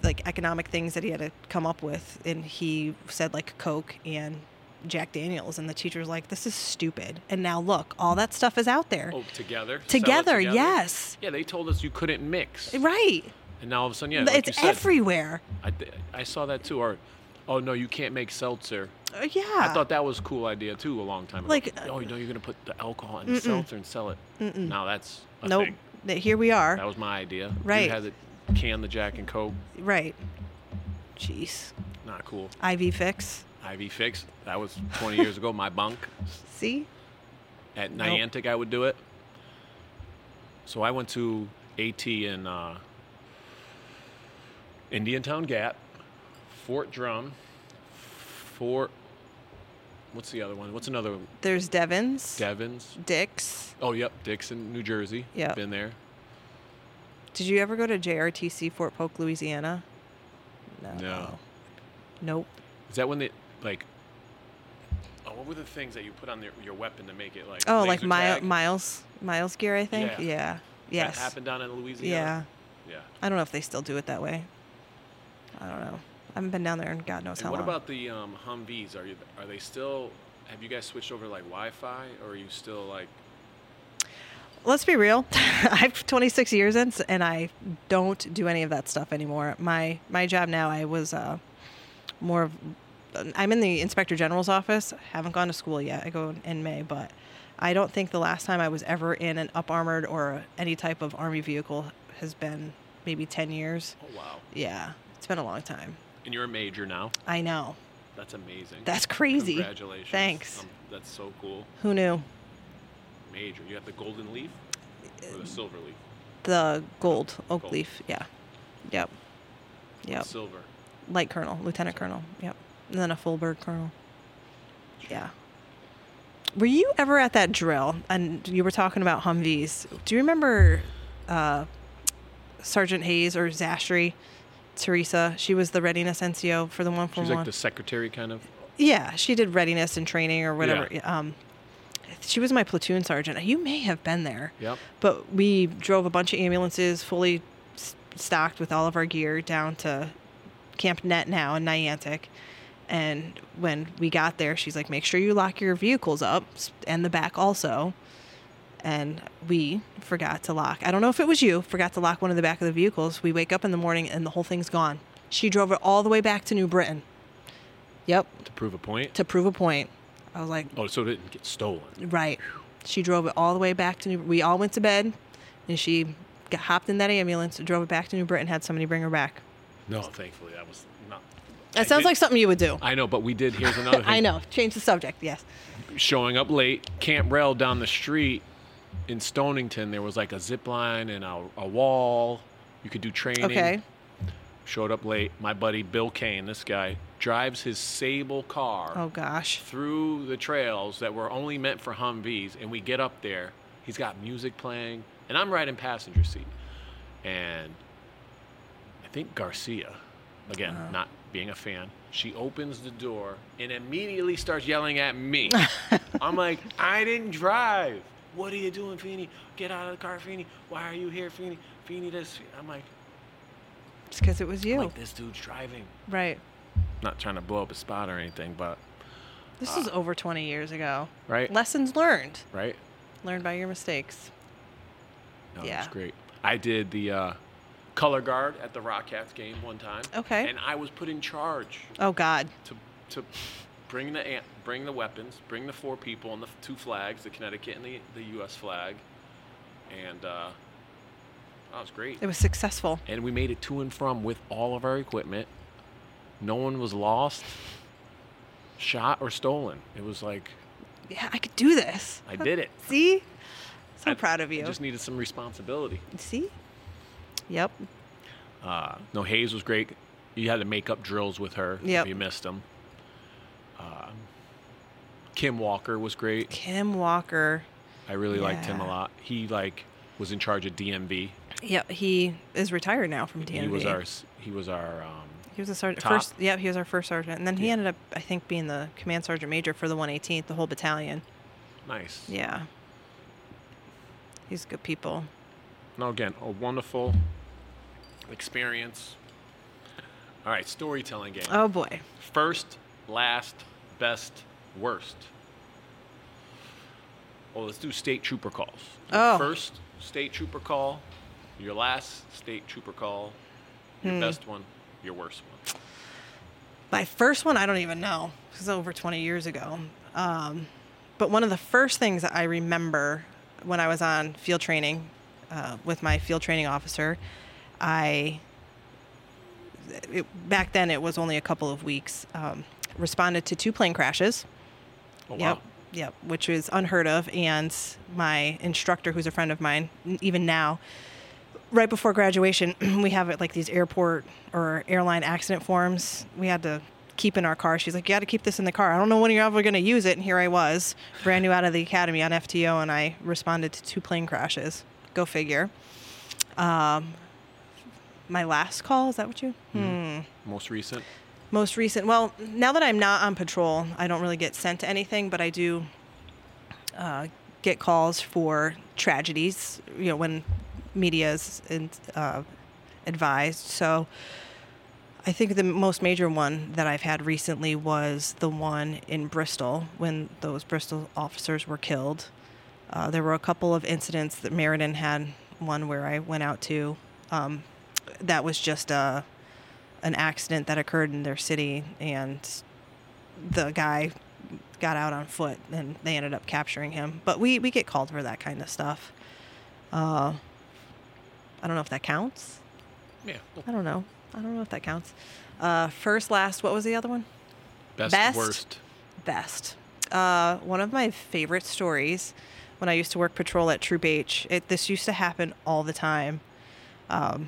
like economic things that he had to come up with and he said like coke and jack daniels and the teacher's like this is stupid and now look all that stuff is out there
Oh, together. Sell it
Together, yes.
Yeah, they told us you couldn't mix,
Right.
and now all of a sudden, yeah,
Th-
like you
it's
said,
everywhere.
I, th- I saw that too. Or, oh no, you can't make seltzer.
Uh, yeah.
I thought that was a cool idea too a long time ago.
Like, uh,
oh no, you're gonna put the alcohol in the seltzer and sell it. Now that's a
nope.
thing.
Th- Here we are.
That was my idea.
Right.
You had to can the Jack and Coke.
Right. Jeez.
Not cool.
IV fix.
IV fix. That was 20 years ago. My bunk
See?
at
Nope.
Niantic, I would do it. So I went to AT in uh, Indian Town Gap, Fort Drum, Fort. What's the other one? What's another one?
There's Devon's.
Devon's.
Dick's.
Oh, yep, Dixon, New Jersey.
Yeah.
been there.
Did you ever go to JRTC Fort Polk, Louisiana? No.
No.
Nope.
Is that when they like? Oh, what were the things that you put on their, your weapon to make it like?
Oh,
laser
like Mi-
tag?
Miles Miles gear, I think.
Yeah.
Yeah. Yes.
That happened down in
yeah.
Louisiana. Yeah.
I don't know if they still do it that way. I don't know. haven't been down there in God knows
And
how
what
long.
about the um, Humvees? Are you are they still? Have you guys switched over to like Wi-Fi, or are you still like?
Let's be real. I'm 26 years in, and I don't do any of that stuff anymore. My my job now, I was uh, more of. I'm in the inspector general's office. haven't gone to school yet. I go in May, but I don't think the last time I was ever in an up armored or any type of army vehicle has been maybe 10 years.
Oh wow!
Yeah, it's been a long time.
And you're a major now.
I know.
That's amazing.
That's crazy.
Congratulations.
Thanks.
Um, that's so cool.
Who knew?
Major. You have the golden leaf or the silver leaf.
The gold oak
Gold.
leaf. Yeah. Yep. Yep.
Silver.
Light colonel, lieutenant colonel. Yep. And then a full bird colonel. Yeah. Were you ever at that drill and you were talking about Humvees? Do you remember uh, Sergeant Hayes or Zashri? Teresa, she was the readiness NCO for the one for
She's
one.
like the secretary kind of.
Yeah, she did readiness and training or whatever.
Yeah.
Um, she was my platoon sergeant. You may have been there.
Yep.
But we drove a bunch of ambulances, fully s- stocked with all of our gear, down to Camp Net now in Niantic. And when we got there, she's like, "Make sure you lock your vehicles up s- and the back also." And we forgot to lock. I don't know if it was you. Forgot to lock one of the back of the vehicles. We wake up in the morning and the whole thing's gone. She drove it all the way back to New Britain. Yep
To prove a point.
to prove a point. I was like,
Oh, so it didn't get stolen.
right. She drove it all the way back to New. We all went to bed, and she got, hopped in that ambulance, drove it back to New Britain, had somebody bring her back.
No, thankfully that was not.
That
I
sounds
did-
like something you would do.
I know, but we did. Here's another thing.
I know. Change the subject. Yes.
showing up late, Camp Rel down the street in Stonington, there was like a zip line and a, a wall. You could do training.
Okay.
Showed up late. My buddy Bill Kane, this guy, drives his sable car
Oh gosh.
through the trails that were only meant for Humvees, and we get up there. He's got music playing, and I'm right in passenger seat. And I think Garcia, again, not being a fan, she opens the door and immediately starts yelling at me. I'm like, I didn't drive. What are you doing, Feeney? Get out of the car, Feeney. Why are you here, Feeney? Feeney, this. I'm like,
It's because it was you.
I'm like, this dude's driving.
right.
Not trying to blow up a spot or anything, but
This is over 20 years ago.
Ah. right,
Lessons learned.
right.
Learn by your mistakes.
No,
Yeah.
it's great. I did the uh, color guard at the Rockcats game one time.
Okay.
And I was put in charge
Oh God.
to to bring the an- bring the weapons, bring the four people and the f- two flags, the Connecticut and the the U.S. flag, and uh, that was great.
It was successful.
And we made it to and from with all of our equipment. No one was lost, shot or stolen. It was like
Yeah, I could do this.
I did it.
See? So
I-
proud of you.
I just needed some responsibility.
See? Yep.
Uh, no, Hayes was great. You had to make up drills with her
Yep.
if you missed them. Uh, Kim Walker was great.
Kim Walker.
I really liked him a
Yeah.
lot. He like was in charge of DMV.
Yeah, he is retired now from DMV.
He was our s- he was our um,
He was a sergeant.
top.
First, yeah, he was our first sergeant, and then he
Yeah.
ended up, I think, being the command sergeant major for the 118th, the whole battalion.
nice.
Yeah, he's good people.
No, again, a wonderful experience. All right, storytelling game.
Oh boy,
First, last, best, worst. Well, let's do state trooper calls. Your
Oh.
First state trooper call, your last state trooper call, your
Hmm.
best one, your worst one.
my first one I don't even know. It was over 20 years ago. Um, but one of the first things that I remember when I was on field training uh, with my field training officer, I it, back then it was only a couple of weeks. Um, responded to two plane crashes.
Oh,
Yep.
wow.
Yep. Which is unheard of. And my instructor, who's a friend of mine, n- even now, right before graduation, we have it like these airport or airline accident forms we had to keep in our car. She's like, You got to keep this in the car. I don't know when you're ever going to use it. And here I was, brand new out of the academy on FTO, and I responded to two plane crashes. Go figure. Um, my last call, is that what you? Hmm
Most recent?
most recent well now that i'm not on patrol i don't really get sent to anything but i do uh, get calls for tragedies you know when media is in, uh, advised so I think the most major one that I've had recently was the one in Bristol when those Bristol officers were killed. Uh, there were a couple of incidents that Meriden had one where I went out to. Um, that was just a an accident that occurred in their city, and the guy got out on foot, and they ended up capturing him. But we we get called for that kind of stuff. Uh, I don't know if that counts.
Yeah.
I don't know. I don't know if that counts. Uh, first, last, what was the other one?
Best,
Best?
worst.
Best. Uh, one of my favorite stories when I used to work patrol at Troop H, it, this used to happen all the time. Um,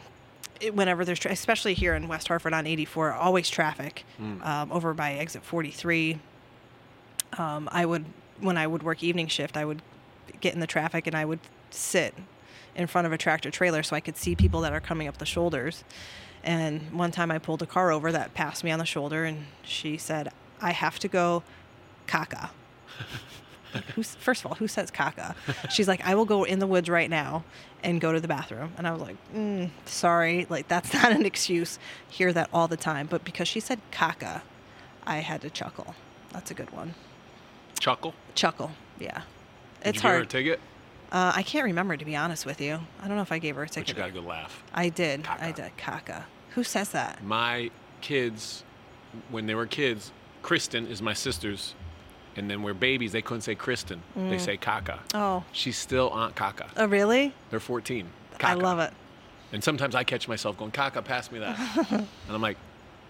it, whenever there's, tra- especially here in West Hartford on 84, always traffic um, over by exit 43. Um, I would, when I would work evening shift, I would get in the traffic and I would sit in front of a tractor trailer so I could see people that are coming up the shoulders. And one time I pulled a car over that passed me on the shoulder and she said, I have to go caca. Like, Who's, first of all, who says caca? She's like, I will go in the woods right now and go to the bathroom. And I was like, mm, sorry, like that's not an excuse. Hear that all the time. But because she said caca, I had to chuckle. That's a good one.
Chuckle.
Chuckle, yeah.
Did
it's
you give her
hard.
a ticket?
Uh, I can't remember to be honest with you. I don't know if I gave her a
But you
ticket.
got a good laugh.
I did. I
Caca.
did. Caca. Who says that?
My kids, when they were kids, Kristen is my sister's, and then we're babies. They couldn't say Kristen. They say Kaka.
Mm. Oh.
She's still Aunt Kaka.
Oh, really?
They're 14.
I
Kaka.
love it.
And sometimes I catch myself going, Kaka, pass me that. and I'm like,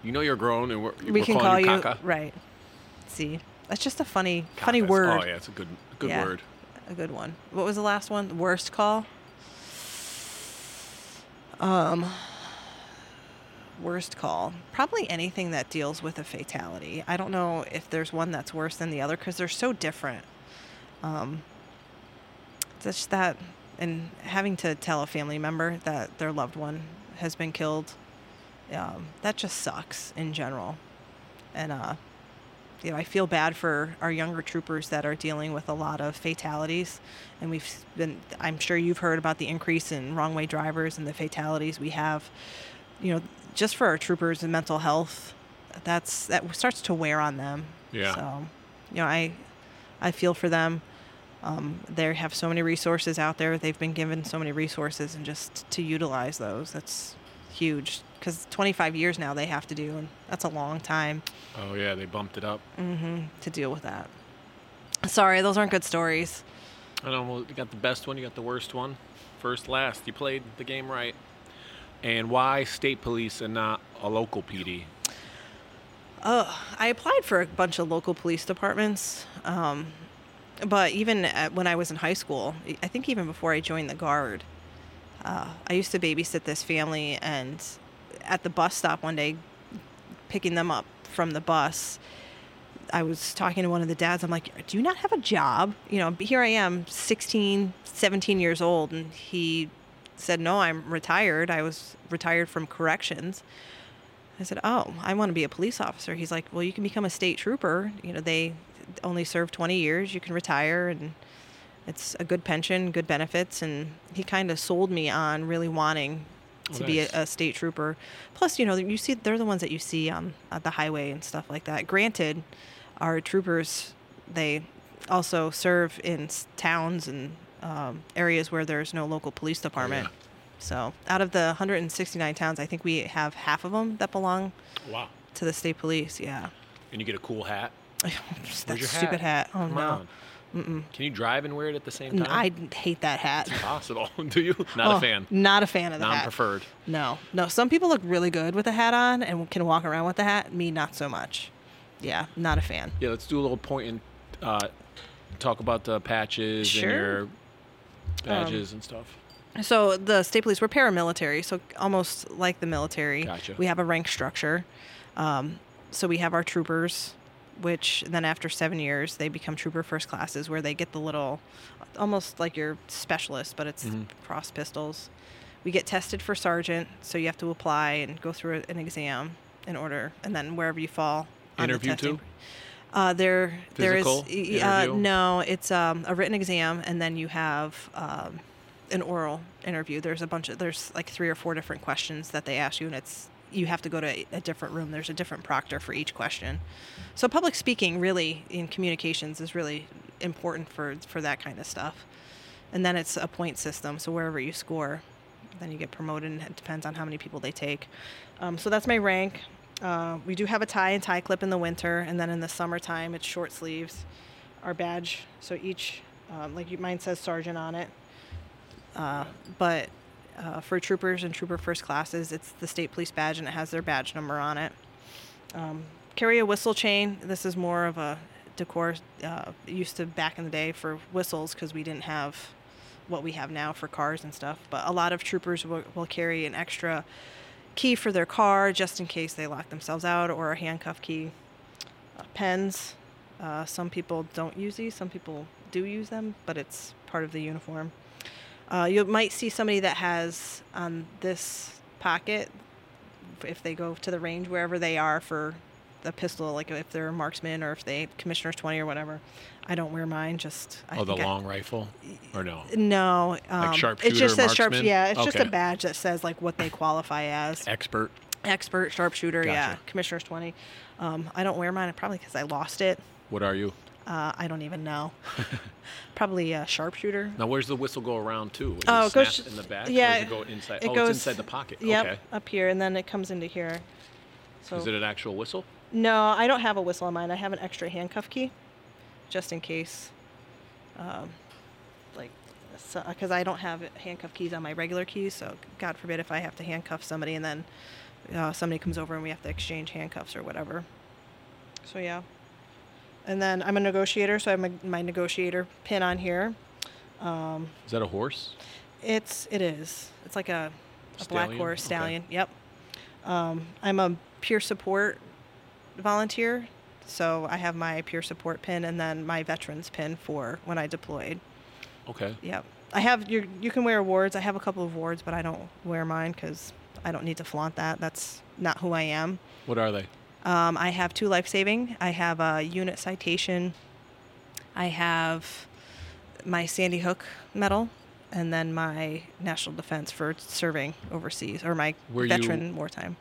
you know you're grown, and we're,
We
we're
can call
calling
you
Kaka.
right. See, that's just a funny,
Kaka
funny
is-
word.
Oh yeah, it's a good, good
Yeah,
word.
A good one. What was the last one? Worst call. Um. Worst call. Probably anything that deals with a fatality. I don't know if there's one that's worse than the other because they're so different. It's just that, and having to tell a family member that their loved one has been killed, um, that just sucks in general. And, uh, you know, I feel bad for our younger troopers that are dealing with a lot of fatalities. And we've been, I'm sure you've heard about the increase in wrong way drivers and the fatalities we have. You know, just for our troopers and mental health, that's, that starts to wear on them.
Yeah.
So, you know, I, I feel for them. Um, they have so many resources out there. They've been given so many resources, and just to utilize those, that's huge. Because 25 years now they have to do, and that's a long time
Oh yeah, they bumped it up.
to deal with that. Sorry, those aren't good stories.
I know. Well, you got the best one, you got the worst one, first, last. You played the game right. And why state police and not a local PD?
I applied for a bunch of local police departments, um, but even at, when I was in high school, e, I think even before I joined the guard, uh, I used to babysit this family, and at the bus stop one day, picking them up from the bus, I was talking to one of the dads. I'm like, "Do you not have a job?" You know, here I am, 16, 17 years old, and he said, "No, I'm retired. I was retired from corrections." I said, "Oh, I want to be a police officer." He's like, "Well, you can become a state trooper. You know, they only serve 20 years. You can retire and it's a good pension, good benefits." And he kind of sold me on really wanting to be a,
Oh, nice.
a state trooper. Plus, you know, you see they're the ones that you see on, on the highway and stuff like that. Granted, our troopers they also serve in s- towns and um, areas where there's no local
Oh,
police department. So, out of the 169 towns, I think we have half of them that belong
Wow.
to the state police. Yeah,
And you get a cool hat.
Just that
Where's your
stupid hat. Oh
Come
no.
on. Can you drive and wear it at the same
N-
time?
I hate that hat.
Possible. Do you? Not
Oh,
a fan.
Not a fan of the
Non
hat.
preferred.
No, no. Some people look really good with a hat on and can walk around with the hat. Me, not so much. Yeah, not a fan.
Yeah, let's do a little point and uh, talk about the patches
Sure. Um,
and your badges and stuff.
So the state police, we're paramilitary, so almost like the military.
Gotcha.
We have a rank structure. Um, so we have our troopers, which then after seven years they become trooper first classes, where they get the little, almost like your specialist, but it's
Mm-hmm.
cross pistols. We get tested for sergeant, so you have to apply and go through an exam in order, and then wherever you fall. on the
Interview
testing-
too?
Uh, there,
Physical
there is y- uh,
interview?
no. It's um, a written exam, and then you have um, an oral interview. There's a bunch of there's like three or four different questions that they ask you, and it's you have to go to a different room. There's a different proctor for each question. So public speaking really in communications is really important for for that kind of stuff. And then it's a point system. So wherever you score, then you get promoted. And it depends on how many people they take. Um, so that's my rank. Uh, we do have a tie and tie clip in the winter, and then in the summertime it's short sleeves. Our badge. So each, um, like you- mine says sergeant on it. Uh, but uh, for troopers and trooper first classes, it's the state police badge and it has their badge number on it. Um, carry a whistle chain. This is more of a decor uh, used to back in the day for whistles because we didn't have what we have now for cars and stuff. But a lot of troopers will, will carry an extra key for their car just in case they lock themselves out or a handcuff key. Uh, pens. Uh, some people don't use these. Some people do use them, but it's part of the uniform. Uh, you might see somebody that has on this pocket, if they go to the range, wherever they are for the pistol, like if they're a marksman or if they commissioner's 20 or whatever. I don't wear mine, just. I
Oh, the
think I-
long rifle, or no?
no, um,
sharpshooter,
it just says
marksman?
Yeah, it's just a
Okay.
badge that says like what they qualify as
Expert.
expert sharpshooter. Yeah,
Gotcha.
commissioner's twenty. Um, I don't wear mine probably because I lost it.
What are you?
Uh, I don't even know. probably a sharpshooter.
Now, where's the whistle go around to? Is
Oh,
it
it goes-
snapped in the back.
yeah,
Or does it go inside.
it
oh,
goes-
it's inside the pocket.
Yep,
Okay.
up here, and then it comes into here. So
Is it an actual whistle?
no, I don't have a whistle on mine. I have an extra handcuff key, just in case. Um, like, because I don't have handcuff keys on my regular keys, so God forbid if I have to handcuff somebody and then uh, somebody comes over and we have to exchange handcuffs or whatever. So yeah. And then I'm a negotiator, so I have my, my negotiator pin on here.
Is that a horse?
It's it is. It's like a, a black
Stallion?
horse
Okay.
stallion. Yep. Um, I'm a peer support volunteer, so I have my peer support pin and then my veterans pin for when I deployed.
Okay.
Yep. I have you. You can wear awards. I have a couple of awards, but I don't wear mine because I don't need to flaunt that. That's not who I am.
What are they?
Um, I have two life saving. I have a unit citation. I have my Sandy Hook medal, and then my National Defense for serving overseas or my
Were you-
veteran wartime.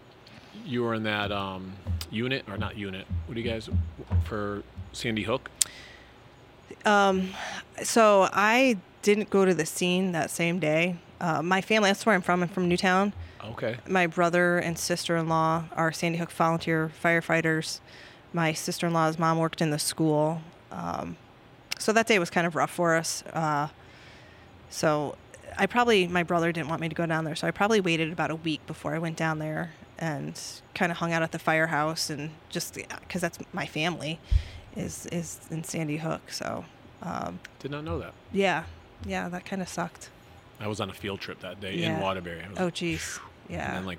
You were in that um, unit, or not unit? What do you guys for Sandy Hook?
So I didn't go to the scene that same day. Uh, my family, that's where I'm from. I'm from Newtown.
Okay.
my brother and sister-in-law are Sandy Hook volunteer firefighters. My sister-in-law's mom worked in the school, um, so that day was kind of rough for us. Uh, so I probably my brother didn't want me to go down there, so I probably waited about a week before I went down there and kind of hung out at the firehouse and just because that's my family is is in Sandy Hook. So um,
Did not know that.
yeah, yeah, that kind of sucked.
I was on a field trip that day
Yeah.
in Waterbury. I was
Oh
like,
geez, yeah.
And then like,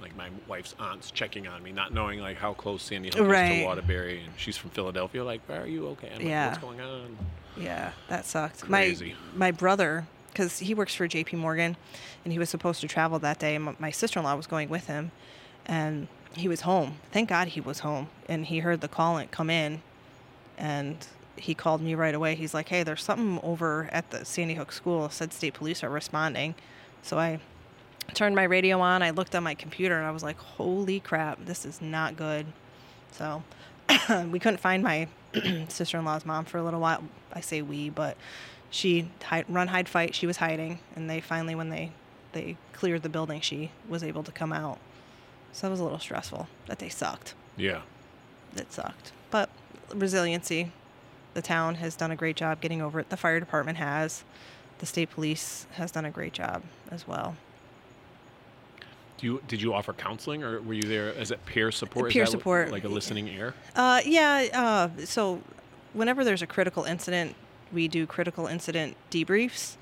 like my wife's aunt's checking on me, not knowing like how close Sandy Hook is
Right.
to Waterbury, and she's from Philadelphia. Like, are you okay? I'm
Yeah.
like, what's going on?
Yeah, that sucked.
Crazy.
My my brother, because he works for J.P. Morgan, and he was supposed to travel that day. And my- my sister-in-law was going with him, and he was home. Thank God he was home, and he heard the call and come in, and he called me right away. He's like, "Hey, there's something over at the Sandy Hook school. Said state police are responding," so I turned my radio on. I looked on my computer, and I was like, "Holy crap, this is not good." So we couldn't find my sister in law's mom for a little while. I say we, but she hide, run, hide, fight. She was hiding, and they finally, when they they cleared the building, she was able to come out. So that was a little stressful. That day sucked.
Yeah.
It sucked, but resiliency. The town has done a great job getting over it. The fire department has. The state police has done a great job as well.
Do you did you offer counseling, or were you there as a peer support? Is
Peer
that what-
support.
like a listening ear.
Uh, yeah. Uh, so, whenever there's a critical incident, we do critical incident debriefs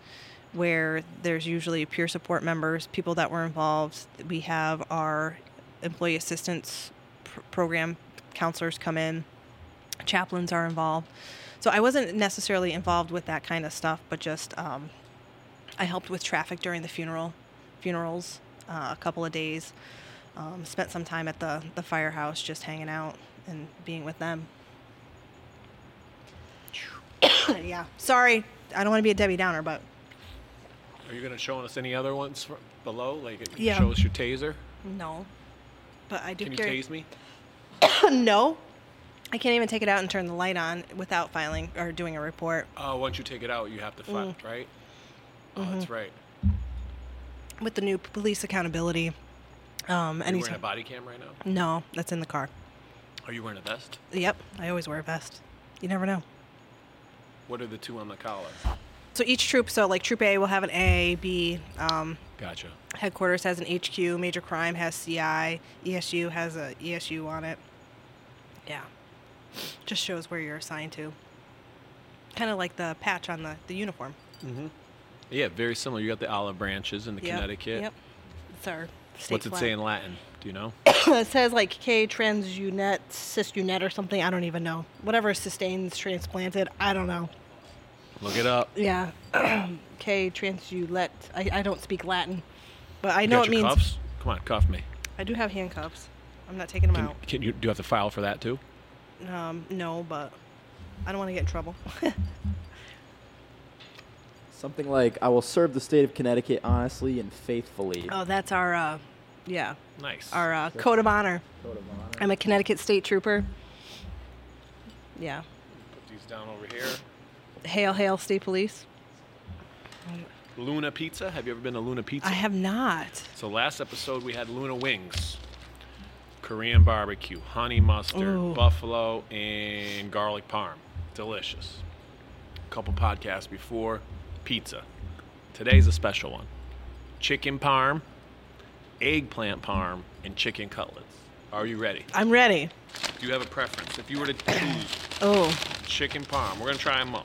where there's usually peer support members, people that were involved. We have our employee assistance pr- program counselors come in, chaplains are involved. So, I wasn't necessarily involved with that kind of stuff, but just um, I helped with traffic during the funeral, funerals, uh, a couple of days. Um, spent some time at the the firehouse, just hanging out and being with them. yeah, sorry, I don't want to be a Debbie Downer, but
Are you going to show us any other ones fr below? Like,
Yeah.
show us your taser.
No. But I do
Can you
carry-
tase me?
no. I can't even take it out and turn the light on without filing or doing a report.
Oh, once you take it out, you have to file,
Mm.
right? Oh,
Mm-hmm.
that's right.
With the new police accountability, um,
Are you wearing a
anytime.
body cam right now?
No, that's in the car.
Are you wearing a vest?
Yep, I always wear a vest. You never know.
What are the two on the collar?
So each troop, so like Troop A will have an A, B, um,
Gotcha.
headquarters has an HQ, major crime has CI, ESU has a ESU on it. Yeah, just shows where you're assigned to. Kind of like the patch on the, the uniform.
Yeah, very similar. You got the olive branches in the
Yep,
Connecticut.
Yep. It's our state
What's it
flag.
say in Latin? Do you know?
it says like K transunet, cisunet or something. I don't even know. Whatever sustains transplanted, I don't know.
Look it up.
Yeah. K transulet. I, I don't speak Latin, but I
You
know
got
it
your
means.
cuffs? Come on, cuff me.
I do have handcuffs. I'm not taking them
Can, can you do you have to file for that too?
out. Um, no, but I don't want to get in trouble.
Something like, I will serve the state of Connecticut honestly and faithfully.
oh, that's our, uh, yeah,
Nice.
our uh, code of honor.
Code of honor.
I'm a Connecticut state trooper. Yeah.
Put these down over here.
Hail, hail, state police.
Luna Pizza. Have you ever been to Luna Pizza?
I have not.
So last episode we had Luna wings, Korean barbecue, honey mustard,
Ooh.
buffalo, and garlic parm. Delicious. couple podcasts before, pizza. Today's a special one. Chicken parm, eggplant parm, and chicken cutlets. Are you ready?
I'm ready.
Do you have a preference? If you were to choose
Oh,
chicken parm, we're gonna try them all.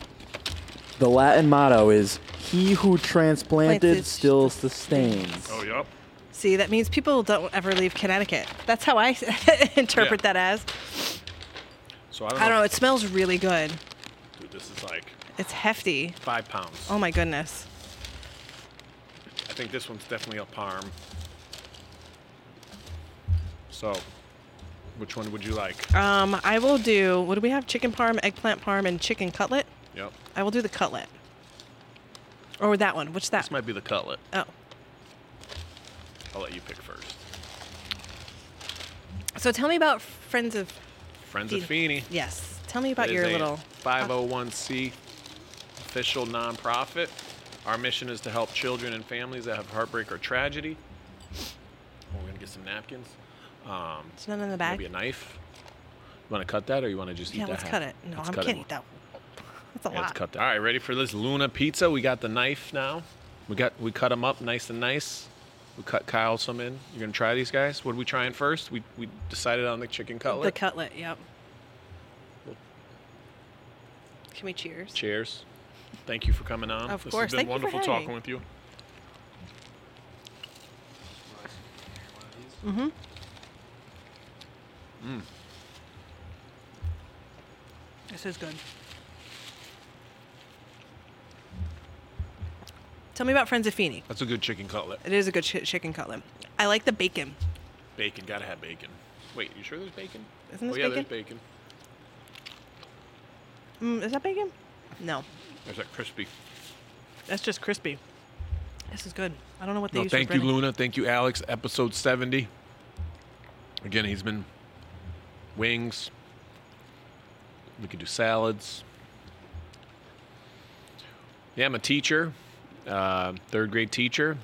The Latin motto is, He who transplanted
Planted
still sustains.
Oh yep.
see, that means people don't ever leave Connecticut. That's how I interpret
Yeah.
that as.
So I don't know.
I don't know. It smells really good.
Dude, this is like
It's hefty.
five pounds.
Oh my goodness.
I think this one's definitely a parm. So, which one would you like?
Um, I will do. What do we have? Chicken parm, eggplant parm, and chicken cutlet.
Yep.
I will do the cutlet. Or that one. What's that?
This might be the cutlet.
oh,
I'll let you pick first.
so tell me about friends of.
Friends of
Feeney.
Feeney.
Yes. Tell me
It
about
is
your
a
little.
501c official nonprofit. Our mission is to help children and families that have heartbreak or tragedy. Oh, We're gonna get some napkins. Um,
It's none in the
maybe a
bag.
knife. You want to cut that, or you want to just eat
Yeah,
that?
let's
half?
cut it. No,
Let's
I'm
cut
kidding. That. That's a
Yeah,
lot.
let's cut that. All right, ready for this Luna pizza? We got the knife now. We got we cut them up nice and nice. We cut Kyle some in. You're gonna try these guys. What are we trying first? We we decided on the chicken
The
cutlet.
cutlet. Yep. Can we cheers?
Cheers. Thank you for coming on.
Of
this has
course.
been
Thank you for
wonderful
having
talking
me.
with you.
This is good. Tell me about Franzafini.
That's a good chicken cutlet.
It is a good chi- chicken cutlet. I like the bacon.
Bacon, gotta have bacon. Wait, you sure there's bacon?
Isn't
oh
this
yeah, there's bacon.
Mm, is that bacon? No,
There's that crispy.
that's just crispy. This is good. I don't know what they
No,
use.
thank
for
you,
breading.
Luna. Thank you, Alex. Episode 70. Again, he's been wings. We can do salads. Yeah, I'm a teacher, uh, third grade teacher.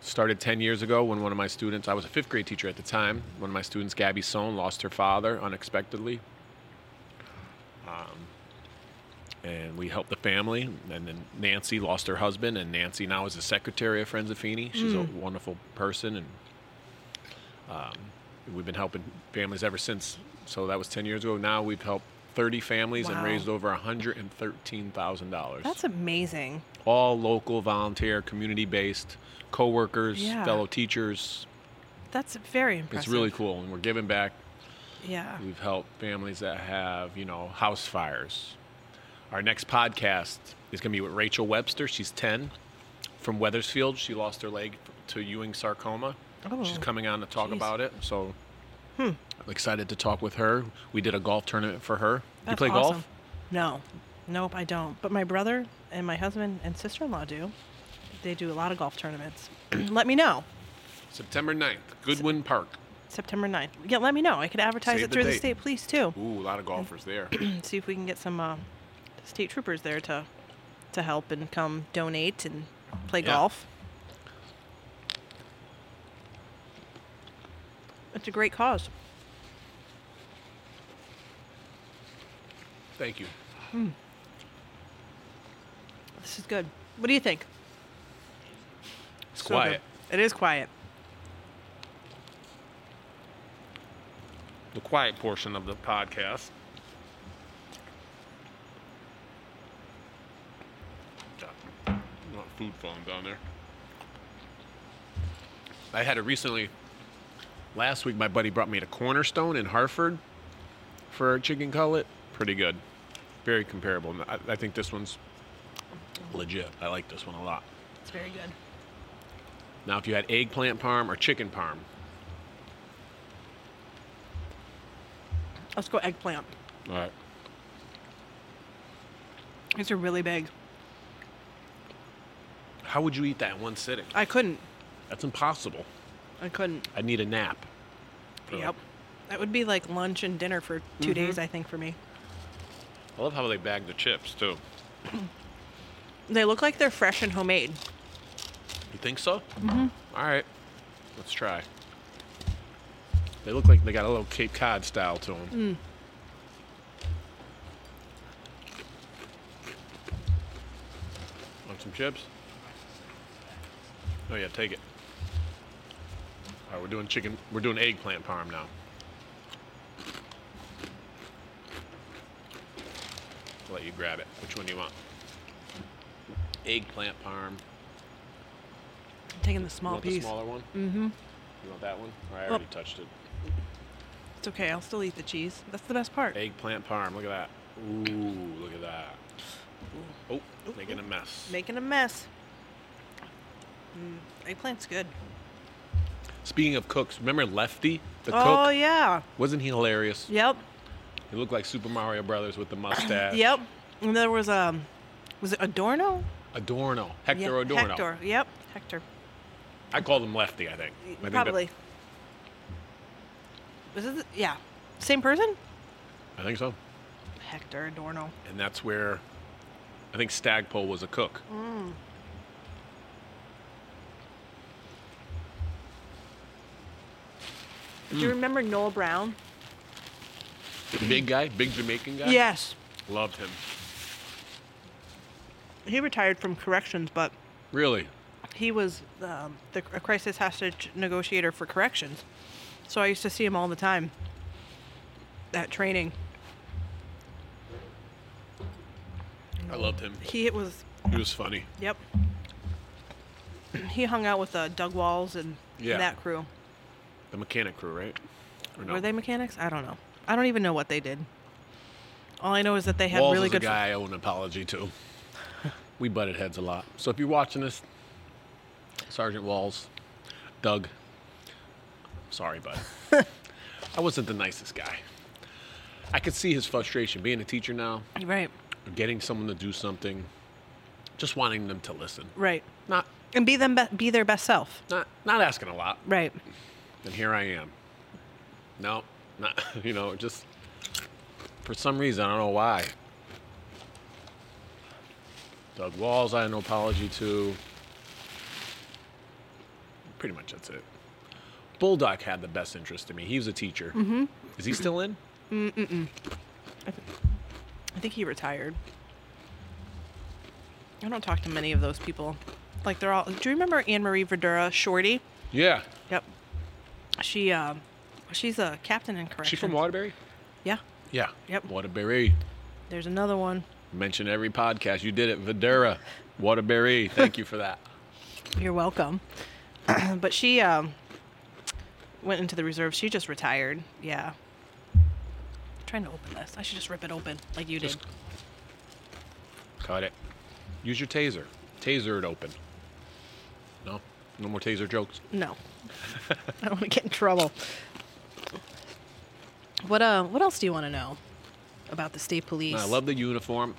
Started 10 years ago when one of my students, I was a fifth grade teacher at the time, one of my students, Gabby Sohn, lost her father unexpectedly. Um, and we helped the family. And then Nancy lost her husband, and Nancy now is the secretary of Friends of Feeney. She's
Mm.
a wonderful person, and um, we've been helping families ever since. So that was 10 years ago. Now we've helped 30 families and
Wow.
raised over $113,000.
That's amazing.
All local, volunteer, community based, co workers,
Yeah.
fellow teachers.
That's very impressive.
It's really cool, and we're giving back.
Yeah.
We've helped families that have, you know, house fires. Our next podcast is going to be with Rachel Webster. She's 10 from Weathersfield. She lost her leg to Ewing sarcoma.
Oh, Hmm.
She's coming on to talk
geez.
about it. So I'm excited to talk with her. We did a golf tournament for her.
That's
you play
awesome.
golf?
No, nope, I don't. But my brother and my husband and sister-in-law do. They do a lot of golf tournaments. Let me know.
September 9th, Goodwin Park.
September 9th. Yeah, let me know. I could advertise
Save
it
the
through the
date.
state police too.
Ooh, a lot of golfers there.
and see if we can get some uh, state troopers there to to help and come donate and play
Yeah.
golf. It's a great cause.
Thank you.
This is good. What do you think?
It's
So good.
quiet.
It is quiet.
The quiet portion of the podcast. Got Not food phone down there. I had it recently. Last week, my buddy brought me to Cornerstone in Hartford for chicken cutlet. Pretty good. Very comparable. And I, I think this one's legit. I like this one a lot.
It's very good.
Now, if you had eggplant parm or chicken parm,
Let's go eggplant.
all right.
These are really big.
How would you eat that in one sitting?
I couldn't.
That's impossible.
I couldn't.
I need a nap. Or, like,
Yep. That would be like lunch and dinner for 2 days, I think, for me.
I love how they bag the chips too.
They look like they're fresh and homemade.
You think so? Mm-hmm. All right, let's try. They look like they got a little Cape Cod style to them. Want some chips? Oh yeah, take it. All right, we're doing chicken. We're doing eggplant parm now. I'll let you grab it. Which one do you want? Eggplant parm.
I'm taking the small
you want
piece. Oh.
the smaller one? Mm-hmm. You want that one? Or I already touched it.
It's okay. I'll still eat the cheese. That's the best part.
Eggplant parm. Look at that. Ooh, look at that. Oh, making a mess.
Making a mess. Mm, eggplant's good.
Speaking of cooks, remember Lefty, the
oh
cook?
yeah.
Wasn't he hilarious?
Yep.
He looked like Super Mario Brothers with the mustache.
Yep. And there was um, was it Adorno?
Adorno. Hector
Yep,
Adorno.
Hector. Yep. Hector.
I called him Lefty, I think. I think that-
Probably. Was it? The, yeah. Same person?
I think so.
Hector Adorno.
And that's where I think Stagpole was a cook.
Mm. Do
Mm.
you remember Noel Brown?
The big guy, big Jamaican guy.
Yes.
Loved him.
He retired from corrections, but
Really?
he was um, the a crisis hostage negotiator for corrections. So I used to see him all the time at training.
I loved him.
He was,
He was funny.
yep. He hung out with uh, Doug Walls and
Yeah.
that crew.
The mechanic crew, right? Or no?
Were they mechanics? I don't know. I don't even know what they did. All I know is that they had
Walls
really
is
good.
a guy I owe an apology to. we butted heads a lot. So if you're watching this, Sergeant Walls, Doug, sorry, bud. I wasn't the nicest guy. I could see his frustration being a teacher now,
right,
getting someone to do something, just wanting them to listen.
right,
Not,
and be them be, be their best self.
not, not asking a lot.
Right.
And here I am. No, not, you know, just for some reason, I don't know why. Doug Walls, I had no apology to. Pretty much that's it. Bulldog had the best interest in me. He was a teacher. Mm-hmm. Is he still in?
I think he retired. I don't talk to many of those people. Like they're all. Do you remember Anne Marie Verdura, Shorty?
Yeah.
Yep. She um, she's a captain in corrections.
She from Waterbury?
Yeah.
Yeah.
Yep.
Waterbury.
There's another one.
Mention every podcast. You did it, Vidura. Waterbury. Thank you for that.
You're welcome. but she um, went into the reserve. She just retired. Yeah. trying to open this. I should just rip it open like you
Just
did.
cut it. Use your taser. Taser it open. No, no more taser jokes.
No. I don't want to get in trouble. What uh? What else do you want to know about the state police?
I love the uniform.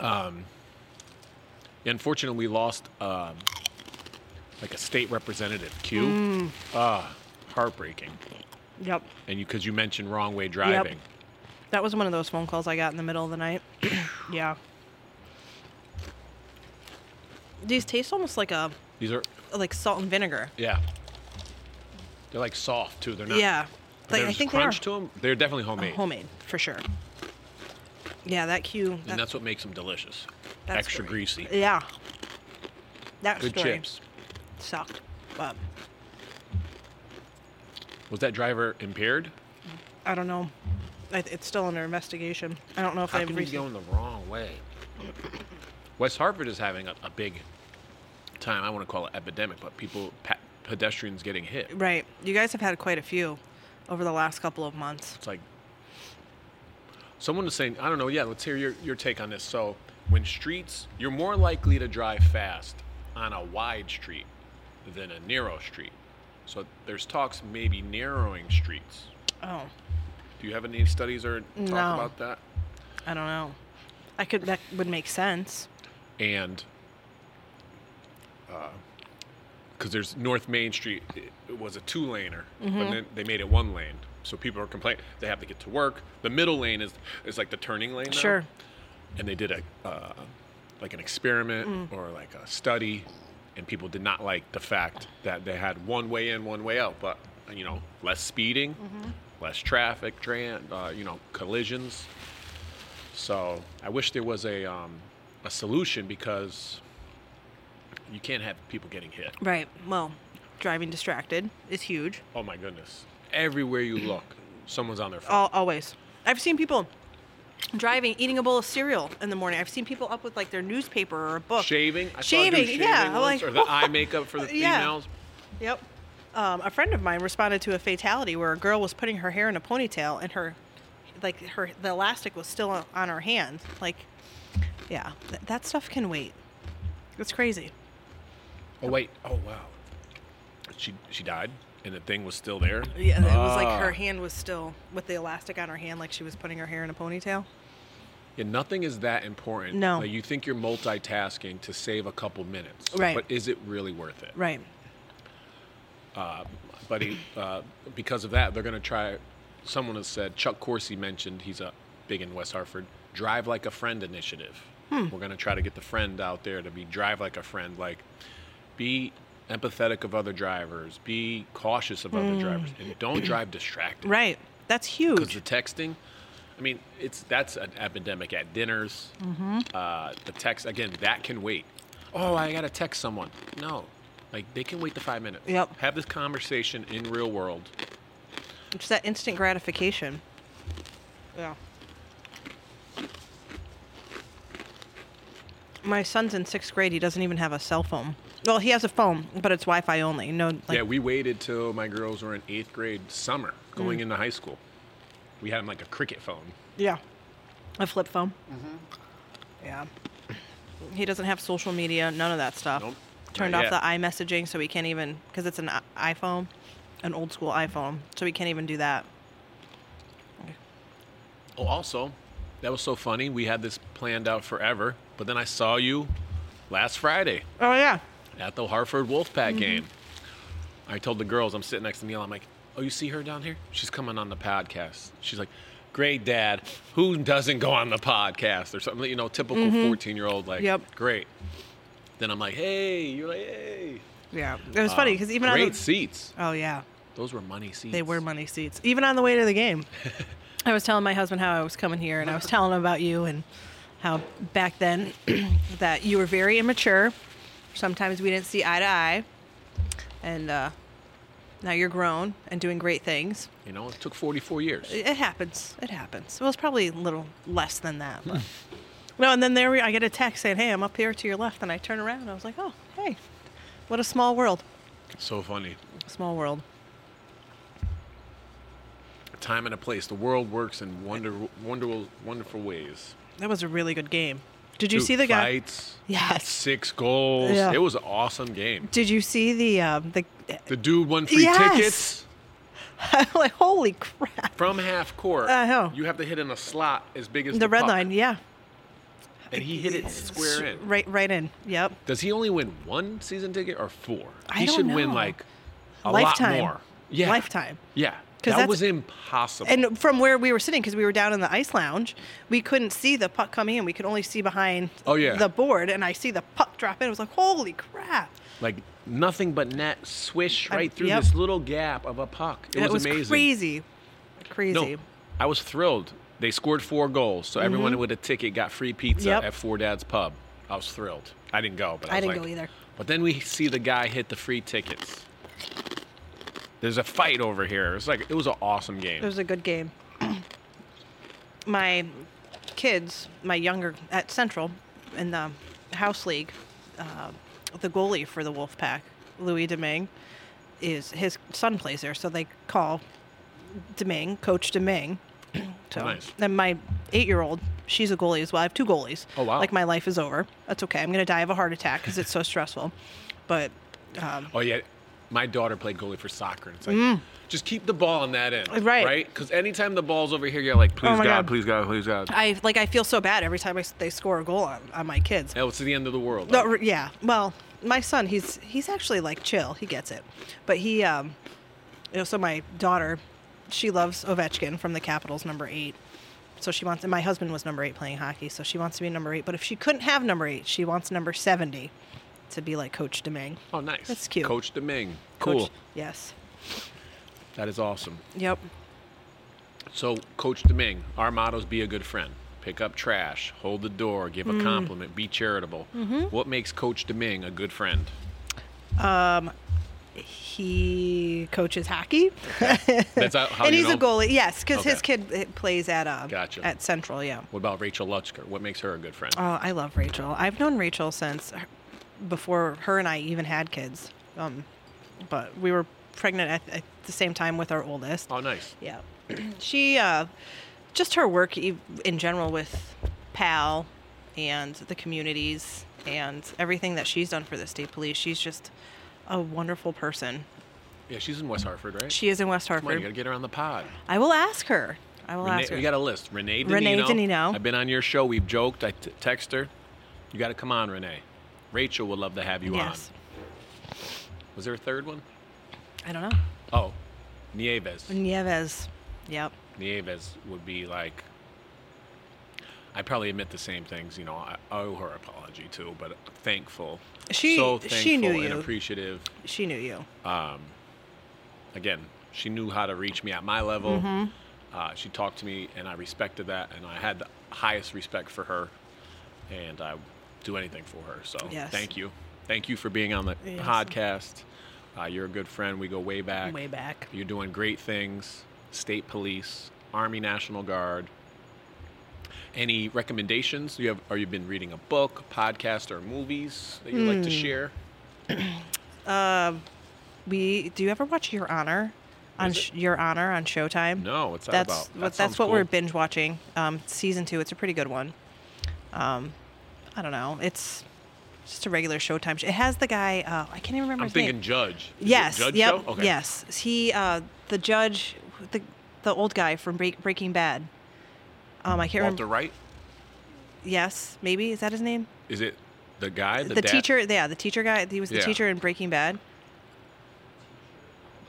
Um, unfortunately, we lost um, like a state representative. Q.
Mm.
Ah, heartbreaking.
Yep.
And you because you mentioned wrong way driving.
That was one of those phone calls I got in the middle of the night. yeah. These taste almost like a
These are
like salt and vinegar.
yeah. They're like soft too. They're not.
Yeah.
but
Like, I
there's
think they are Oh,
crunch to them. They're definitely homemade,
homemade for sure. Yeah, that cue.
and that's what makes them delicious. Extra greasy.
Yeah. That
Good
story
chips.
sucked, but
Was that driver impaired?
I don't know. I, it's still under investigation. I don't know if
How
they've
can he's
received.
going the wrong way? West Hartford is having a, a big time. I want to call it epidemic, but people, pa- pedestrians getting hit.
Right. You guys have had quite a few over the last couple of months.
It's like someone was saying, I don't know. Yeah, let's hear your, your take on this. So, when streets, you're more likely to drive fast on a wide street than a narrow street. So, there's talks maybe narrowing streets.
Oh,
Do you have any studies or talk
No.
about that?
I don't know. I could. That would make sense.
and because there's North Main Street, it, it was a two laner, but then they made it one lane. So people are complaining they have to get to work. The middle lane is is like the turning lane. Now.
Sure.
And they did a uh, like an experiment
Mm.
or like a study, and people did not like the fact that they had one way in, one way out. But you know, less speeding,
Mm-hmm.
less traffic, tran, uh, you know, collisions. So I wish there was a um, a solution because you can't have people getting hit.
Right. Well, driving distracted is huge.
Oh my goodness! Everywhere you look, someone's on their phone.
Al always. I've seen people driving, eating a bowl of cereal in the morning. I've seen people up with like their newspaper or a book.
Shaving, I saw a dude
shaving, yeah. I'm
once,
like,
or the eye makeup for the
Yeah.
females.
Yep. Um, a friend of mine responded to a fatality where a girl was putting her hair in a ponytail and her, like her, the elastic was still on- on her hand. Like, yeah, th- that stuff can wait. It's crazy.
Oh wait! Oh wow! She she died, and the thing was still there.
Yeah, it was like her
Ah.
hand was still with the elastic on her hand, like she was putting her hair in a ponytail.
Yeah, nothing is that important.
No.
Like, you think you're multitasking to save a couple minutes,
Right.
But is it really worth it?
Right.
But he, uh, because of that, they're going to try. Someone has said Chuck Corsi mentioned he's a big in West Hartford. Drive like a friend initiative.
Hmm.
We're going to try to get the friend out there to be drive like a friend. Like, be empathetic of other drivers. Be cautious of
Mm.
other drivers, and don't drive distracted.
Right. That's
Because
huge.
the texting, I mean, it's that's an epidemic at dinners.
Mm-hmm.
Uh, the text again, that can wait. Oh, I gotta text someone. No, like they can wait the five minutes.
Yep.
Have this conversation in real world.
It's that instant gratification. Yeah. My son's in sixth grade. He doesn't even have a cell phone. Well, he has a phone, but it's Wi-Fi only. No, like,
yeah, we waited till my girls were in eighth grade summer,
Mm.
going into high school. We had them like a cricket phone.
yeah, Mm-hmm. a flip phone. Yeah. He doesn't have social media. None of that stuff.
Nope.
Turned
Not
off
yet.
the iMessaging, so he can't even because it's an i- iPhone, an old school iPhone, so he can't even do that.
Oh, also, that was so funny. We had this planned out forever, but then I saw you last Friday.
Oh yeah.
at the Hartford Wolfpack
Mm-hmm.
game. I told the girls, I'm sitting next to Neil, I'm like, oh, you see her down here? She's coming on the podcast. She's like, great dad, who doesn't go on the podcast or something, you know, typical 14 year old, like,
Mm-hmm. Yep.
great. Then I'm like, hey, you're like, hey.
Yeah. It was funny because even on
great
the-
seats.
oh yeah.
Those were money seats.
They were money seats, even on the way to the game. I was telling my husband how I was coming here, and I was telling him about you and how back then that you were very immature. Sometimes we didn't see eye to eye, and uh, now you're grown and doing great things.
You know, it took 44 years.
It it happens. It happens. Well, it's probably a little less than that. But. no, and then there we, I get a text saying, "Hey, I'm up here to your left," and I turn around. And I was like, "Oh, hey, what a small world!
So funny.
Small world."
Time and a place. The world works in wonder, wonderful, wonderful ways.
That was a really good game. Did you
Dude,
see the guy?
Fights,
Yes.
six goals.
Yeah.
It was an awesome game.
Did you see the um, the?
The dude won free
Yes.
tickets
I'm like, holy crap!
from half court.
I know.
You have to hit in a slot as big as
Uh, The,
the,
red
puck.
line, yeah.
and he hit it square in.
Right, right in. Yep.
Does he only win one season ticket or four?
I
he
don't
should win
know.
like a
Lifetime.
lot more. Yeah.
Lifetime.
Yeah.
'Cause
That
that's-
was impossible.
And from where we were sitting, because we were down in the ice lounge, we couldn't see the puck coming in. We could only see behind
Oh, yeah.
the board, and I see the puck drop in. I was like, holy crap.
like nothing but net swish
I-
right through
yep.
this little gap of a puck. It
That
was, amazing.
crazy. Crazy.
No, I was thrilled. They scored four goals, so everyone with a ticket got free pizza
Mm-hmm. Yep.
at Four Dad's Pub. I was thrilled. I didn't go, but I,
I
was
didn't
like-
go either.
But then we see the guy hit the free tickets. There's a fight over here. It's like it was an awesome game.
It was a good game. my kids, my younger at Central in the house league, uh, the goalie for the Wolfpack, Louis Domingue, is his son plays there, so they call Domingue, Coach Domingue. so
Nice.
then my eight-year-old, she's a goalie as well. I have two goalies.
Oh, wow.
Like my life is over. That's okay. I'm gonna die of a heart attack because it's so stressful. But
Oh yeah, my daughter played goalie for soccer, and it's like just keep the ball on that end,
Mm. Right. Oh
Right? Because anytime the ball's over here, you're like, please
my
God,
God.
please God, please God.
I like I feel so bad every time I s they score a goal on, on my kids.
That was the end of the world.
No, re- yeah. Well, my son, he's he's actually like chill. He gets it, but he, um, you know, so my daughter, she loves Ovechkin from the Capitals, number eight. So she wants, and my husband was number eight playing hockey, so she wants to be number eight. But if she couldn't have number eight, she wants number seventy to be like Coach Deming.
oh, nice.
That's cute.
Coach Deming. Cool.
yes.
That is awesome.
Yep.
So, Coach Deming, our motto's be a good friend. Pick up trash, hold the door, give
Mm.
a compliment, be charitable.
Mm-hmm.
What makes Coach Deming a good friend?
He coaches hockey,
That's how how
and
you
he's a
know-
goalie. Yes, because his
Okay.
kid eh, plays at uh,
Gotcha.
at Central. Yeah.
What about Rachel Lutschker? What makes her a good friend?
Oh, I love Rachel. I've known Rachel since her- before her and I even had kids. Um, but we were pregnant at, at the same time with our oldest.
oh, nice.
Yeah. she, uh, just her work e- in general with PAL and the communities and everything that she's done for the state police. She's just a wonderful person.
Yeah, she's in West Hartford, right?
She is in West
Come on, you got
Hartford.
to get her on the pod.
I will ask her. I will
Renee,
ask her.
we got a list. Renee Danino.
Renee Danino.
I've been on your show. We've joked. I t- text her. You got to come on, Renee. Rachel would love to have you
yes.
on. Was there a third one?
I don't know.
Oh, Nieves.
Nieves. Yep.
Nieves would be like. I probably admit the same things. You know, I owe her apology too, but thankful.
She-
so thankful
she knew
and
you.
appreciative.
She knew you.
Again, she knew how to reach me at my level.
Mm-hmm.
Uh, she talked to me, and I respected that, and I had the highest respect for her, and I would do anything for her. So
Yes.
thank you, thank you for being on the
Yes.
podcast. Uh, you're a good friend. We go way back.
Way back.
You're doing great things. State Police, Army National Guard. Any recommendations? You have? Are you been reading a book, podcast, or movies that you would like
Hmm.
to share?
We do you ever watch Your Honor on
is it?
Sh- Your Honor on Showtime?
No, what's that
that's
about? That
what
sounds
that's what we're
cool.
binge watching. Um, season two, it's a pretty good one. Um, I don't know, it's just a regular Showtime. sh- It has the guy uh, I can't even remember
I'm
his
thinking
name.
Judge. Is it
yes,
Judge
yep,
show? Okay.
yes. He uh, the judge, the the old guy from Break, Breaking Bad. Um, I can't
Walter
remember.
Wright.
Yes, maybe is that his name?
Is it the guy?
The,
The, dad?
teacher, yeah, the teacher guy. He was the
Yeah.
teacher in Breaking Bad.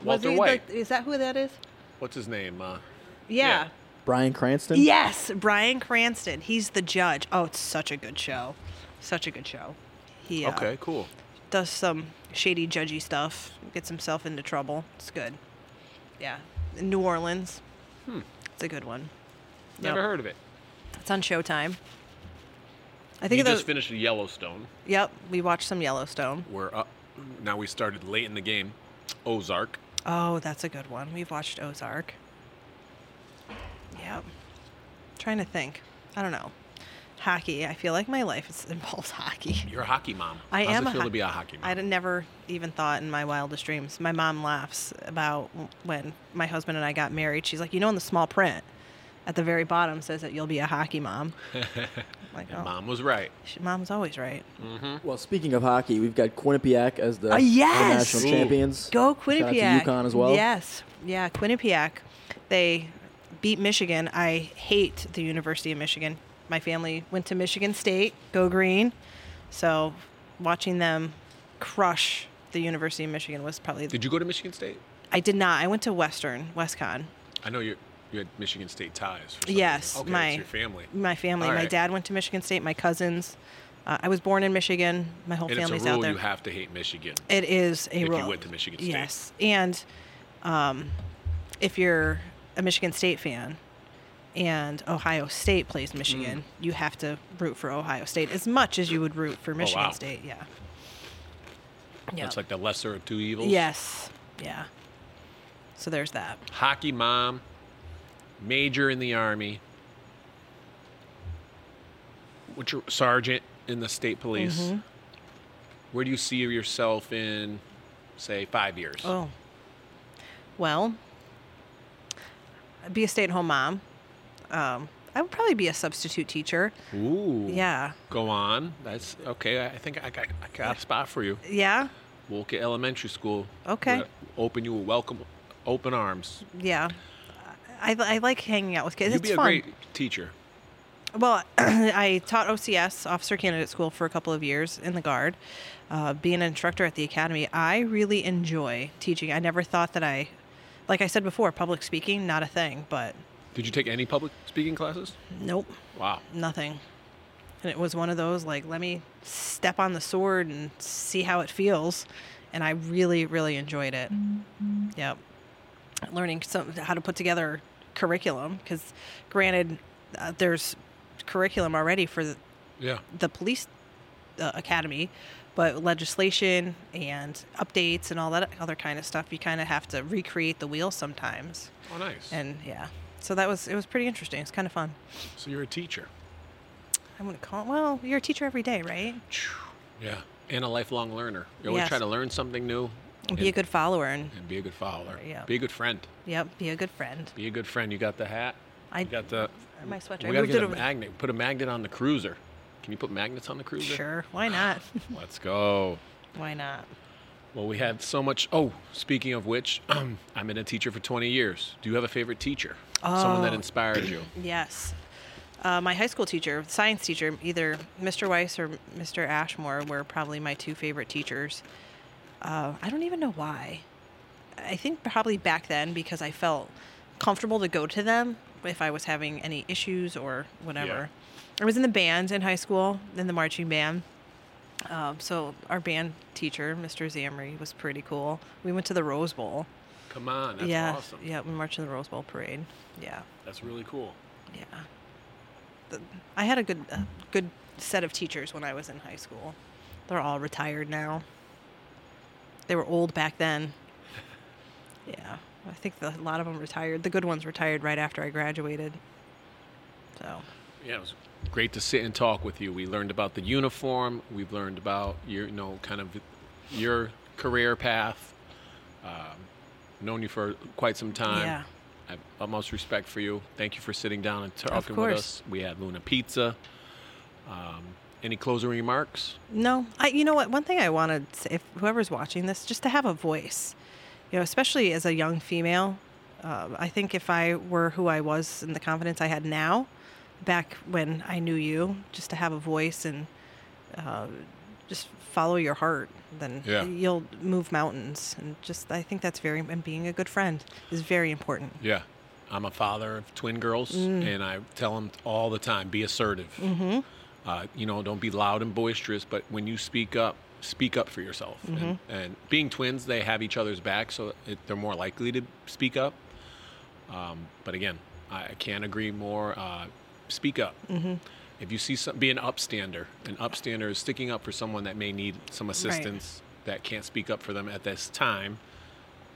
Walter
was he
White.
The, is that who that is?
What's his name? Uh,
yeah.
Brian Cranston.
Yes, Brian Cranston. He's the judge. Oh, it's such a good show. Such a good show. He uh,
Okay, cool.
does some shady, judgy stuff, gets himself into trouble. It's good. Yeah. In New Orleans. It's a good one.
Hmm. Never
Yep.
heard of it.
It's on Showtime. I
We
think
just
those,
finished Yellowstone.
Yep, we watched some Yellowstone.
We're up. Now we started late in the game. Ozark.
Oh, that's a good one. We've watched Ozark. Yep. Trying to think. I don't know. Hockey. I feel like my life is, involves hockey.
You're a hockey mom.
I
How's
am
it feel
ho-
to be a hockey mom?
I'd never even thought in my wildest dreams. My mom laughs about when my husband and I got married. She's like, you know, in the small print at the very bottom says that you'll be a hockey mom. I'm like, oh,
Mom Mm. was right.
she, mom's always right.
Well, speaking of hockey, we've got Quinnipiac as the
Uh, yes!
national
Ooh.
champions.
Go
Shout out to
Quinnipiac.
UConn as well.
Yes. Yeah, Quinnipiac. They beat Michigan. I hate the University of Michigan. my family went to Michigan State, go green. So watching them crush the University of Michigan was probably.
Did you go to Michigan State?
I did not. I went to Western, WestCon.
I know you you had Michigan State ties. For some
Yes,
reason. okay,
my-
it's your family.
My family,
All
my
right.
dad went to Michigan State. My cousins. Uh, I was born in Michigan. My whole
And it's a
family's out
rule
there.
you have to hate Michigan.
It is a
If you
rule.
went to Michigan State.
Yes, and um, if you're a Michigan State fan and Ohio State plays Michigan,
Mm.
you have to root for Ohio State as much as you would root for Michigan
Oh, wow.
State. Yeah.
That's like the lesser of two evils.
Yes. Yeah. So there's that.
Hockey mom, major in the army. What's your sergeant in the state police?
Mm-hmm.
Where do you see yourself in, say, five years?
Oh. Well, I'd be a stay-at-home mom. Um, I would probably be a substitute teacher.
Hmm. Ooh.
Yeah.
Go on. That's okay. I think I got, I got a spot for you.
Yeah.
Wolke Elementary School.
Okay.
We'll Open you a welcome, open arms.
Yeah. I, I like hanging out with kids.
You'd
it's
be a
fun.
great teacher.
Well, I taught OCS, Officer Candidate School, for a couple of years in the Guard. Uh, being an instructor at the academy, I really enjoy teaching. I never thought that I, like I said before, public speaking, not a thing, but
Did you take any public speaking classes?
nope,
Wow.
nothing. And it was one of those, like, let me step on the sword and see how it feels. And I really, really enjoyed it. Yep. Learning some, how to put together curriculum, because granted, uh, there's curriculum already for the,
Yeah.
the police uh, academy, but legislation and updates and all that other kind of stuff, you kind of have to recreate the wheel sometimes.
Oh, nice.
And yeah, so that was it was pretty interesting. It's kind of fun.
so you're a teacher.
I'm gonna call. Well, you're a teacher every day, right?
Yeah. And a lifelong learner. You always
Yes.
try to learn something new
And be a good follower and
and be a good follower.
Yeah.
Be a good friend.
yep, be a good friend.
Be a good friend. You got the hat.
I-
you got the.
My sweater.
We
I
gotta
moved
get a
it over.
magnet. Put a magnet on the cruiser. Can you put magnets on the cruiser?
Sure, why not?
Let's go.
why not?
Well, we had so much. Oh, speaking of which, I've been a teacher for 20 years. Do you have a favorite teacher? Someone that
Oh.
inspired you?
Yes. Uh, my high school teacher, science teacher, either Mr. Weiss or Mr. Ashmore were probably my two favorite teachers. Uh, I don't even know why. I think probably back then because I felt comfortable to go to them if I was having any issues or whatever. I was in the band in high school, in the marching band. Um, so our band teacher, Mr. Zamri, was pretty cool. We went to the Rose Bowl.
Come on. That's
yeah,
awesome.
yeah, we marched in the Rose Bowl parade. Yeah.
That's really cool.
Yeah. The- I had a good a good set of teachers when I was in high school. They're all retired now. They were old back then. Yeah. I think the, a lot of them retired. The good ones retired right after I graduated. So,
Yeah, it was great to sit and talk with you. We learned about the uniform. We've learned about your, you know, kind of your career path. Um, known you for quite some time.
Yeah.
I have utmost respect for you. Thank you for sitting down and talking with
course.
us. We had Luna Pizza. Um, any closing remarks?
no. I you know what, one thing I wanted to say, if whoever's watching this just to have a voice. You know, especially as a young female, uh, I think if I were who I was and the confidence I had now, back when I knew you, just to have a voice and uh, just follow your heart then
Yeah.
you'll move mountains and just i think that's very and being a good friend is very important
Yeah. I'm a father of twin girls, and I tell them all the time be assertive. Mm. Mm-hmm. Uh, you know, don't be loud and boisterous, but when you speak up, speak up for yourself. And, and being twins, they have each other's back, so it, they're more likely to speak up. Um, but again, I I can't agree more. Uh, speak up. Mm-hmm. If you see some, be an upstander. An upstander is sticking up for someone that may need some assistance that can't speak up for them at this time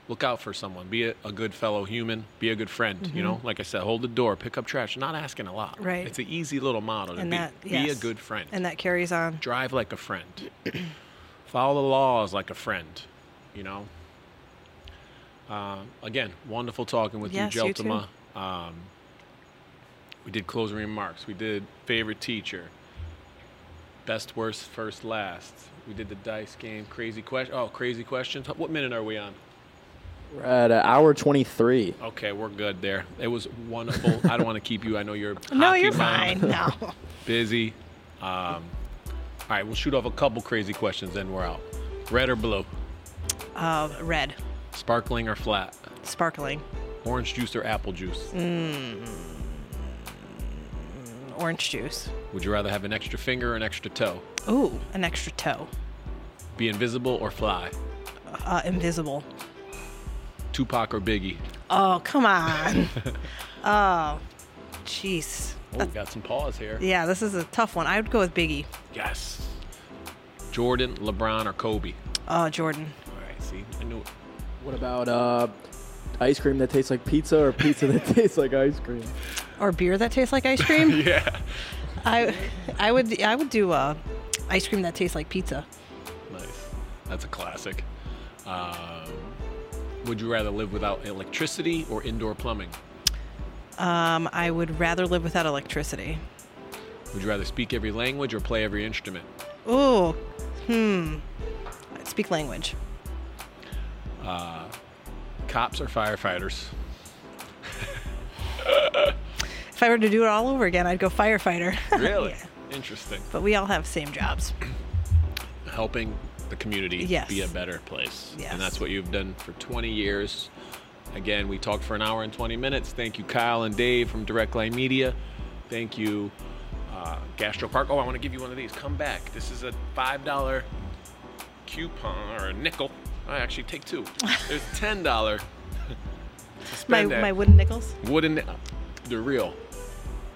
look out for someone be a, a good fellow human be a good friend you know like i said hold the door pick up trash not asking a lot
Mm-hmm. Right.
it's an easy little model to
and
be,
that
be
yes.
a good friend
and that carries on
drive like a friend follow the laws like a friend you know uh, again wonderful talking with
Yes,
you
you too.
Jeltima. um, we did closing remarks we did favorite teacher best worst first last we did the dice game crazy question oh crazy questions what minute are we on
We're at an hour 23.
Okay, we're good there. It was wonderful. I don't want to keep you. I know you're
No,
hockey
you're
mom,
fine. No.
busy. Um, all right, we'll shoot off a couple crazy questions, then we're out. Red or blue?
Uh, red,
Sparkling or flat?
sparkling,
Orange juice or apple juice?
Mm. orange juice.
Would you rather have an extra finger or an extra toe?
Ooh, an extra toe.
Be invisible or fly?
Uh, invisible.
Tupac or Biggie?
Oh, come on. oh, jeez.
Oh, we got some pause here.
Yeah, this is a tough one. I would go with Biggie.
Yes. Jordan, LeBron, or Kobe?
Oh, Jordan.
All right, see, I knew it.
What about uh, ice cream that tastes like pizza or pizza that tastes like ice cream?
Or beer that tastes like ice cream.
Yeah.
I, I would, I would do uh, ice cream that tastes like pizza.
Nice. That's a classic. Um, would you rather live without electricity or indoor plumbing?
Um, I would rather live without electricity.
Would you rather speak every language or play every instrument?
Ooh, hmm. Speak language.
Cops or firefighters?
If I were to do it all over again, I'd go firefighter.
Really?
Yeah.
Interesting.
But we all have same jobs.
Helping the community
Yes.
be a better place.
Yes.
And that's what you've done for 20 years. Again, we talked for an hour and 20 minutes. Thank you, Kyle and Dave from Direct Line Media. Thank you, uh, Gastro Park. Oh, I want to give you one of these. Come back. This is a $5 coupon or a nickel. I actually take two. There's $10 to
My,
spend at
my wooden nickels.
wooden they're real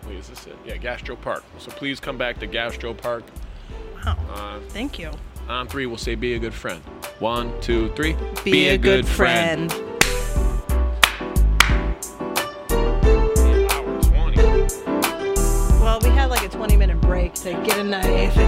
wait is this it yeah gastro park so please come back to gastro park
Wow. Thank you.
on three we'll say be a good friend one two three
Be, a, good, friend.
Hour 20.
Well, we had like a 20 minute break to get a knife and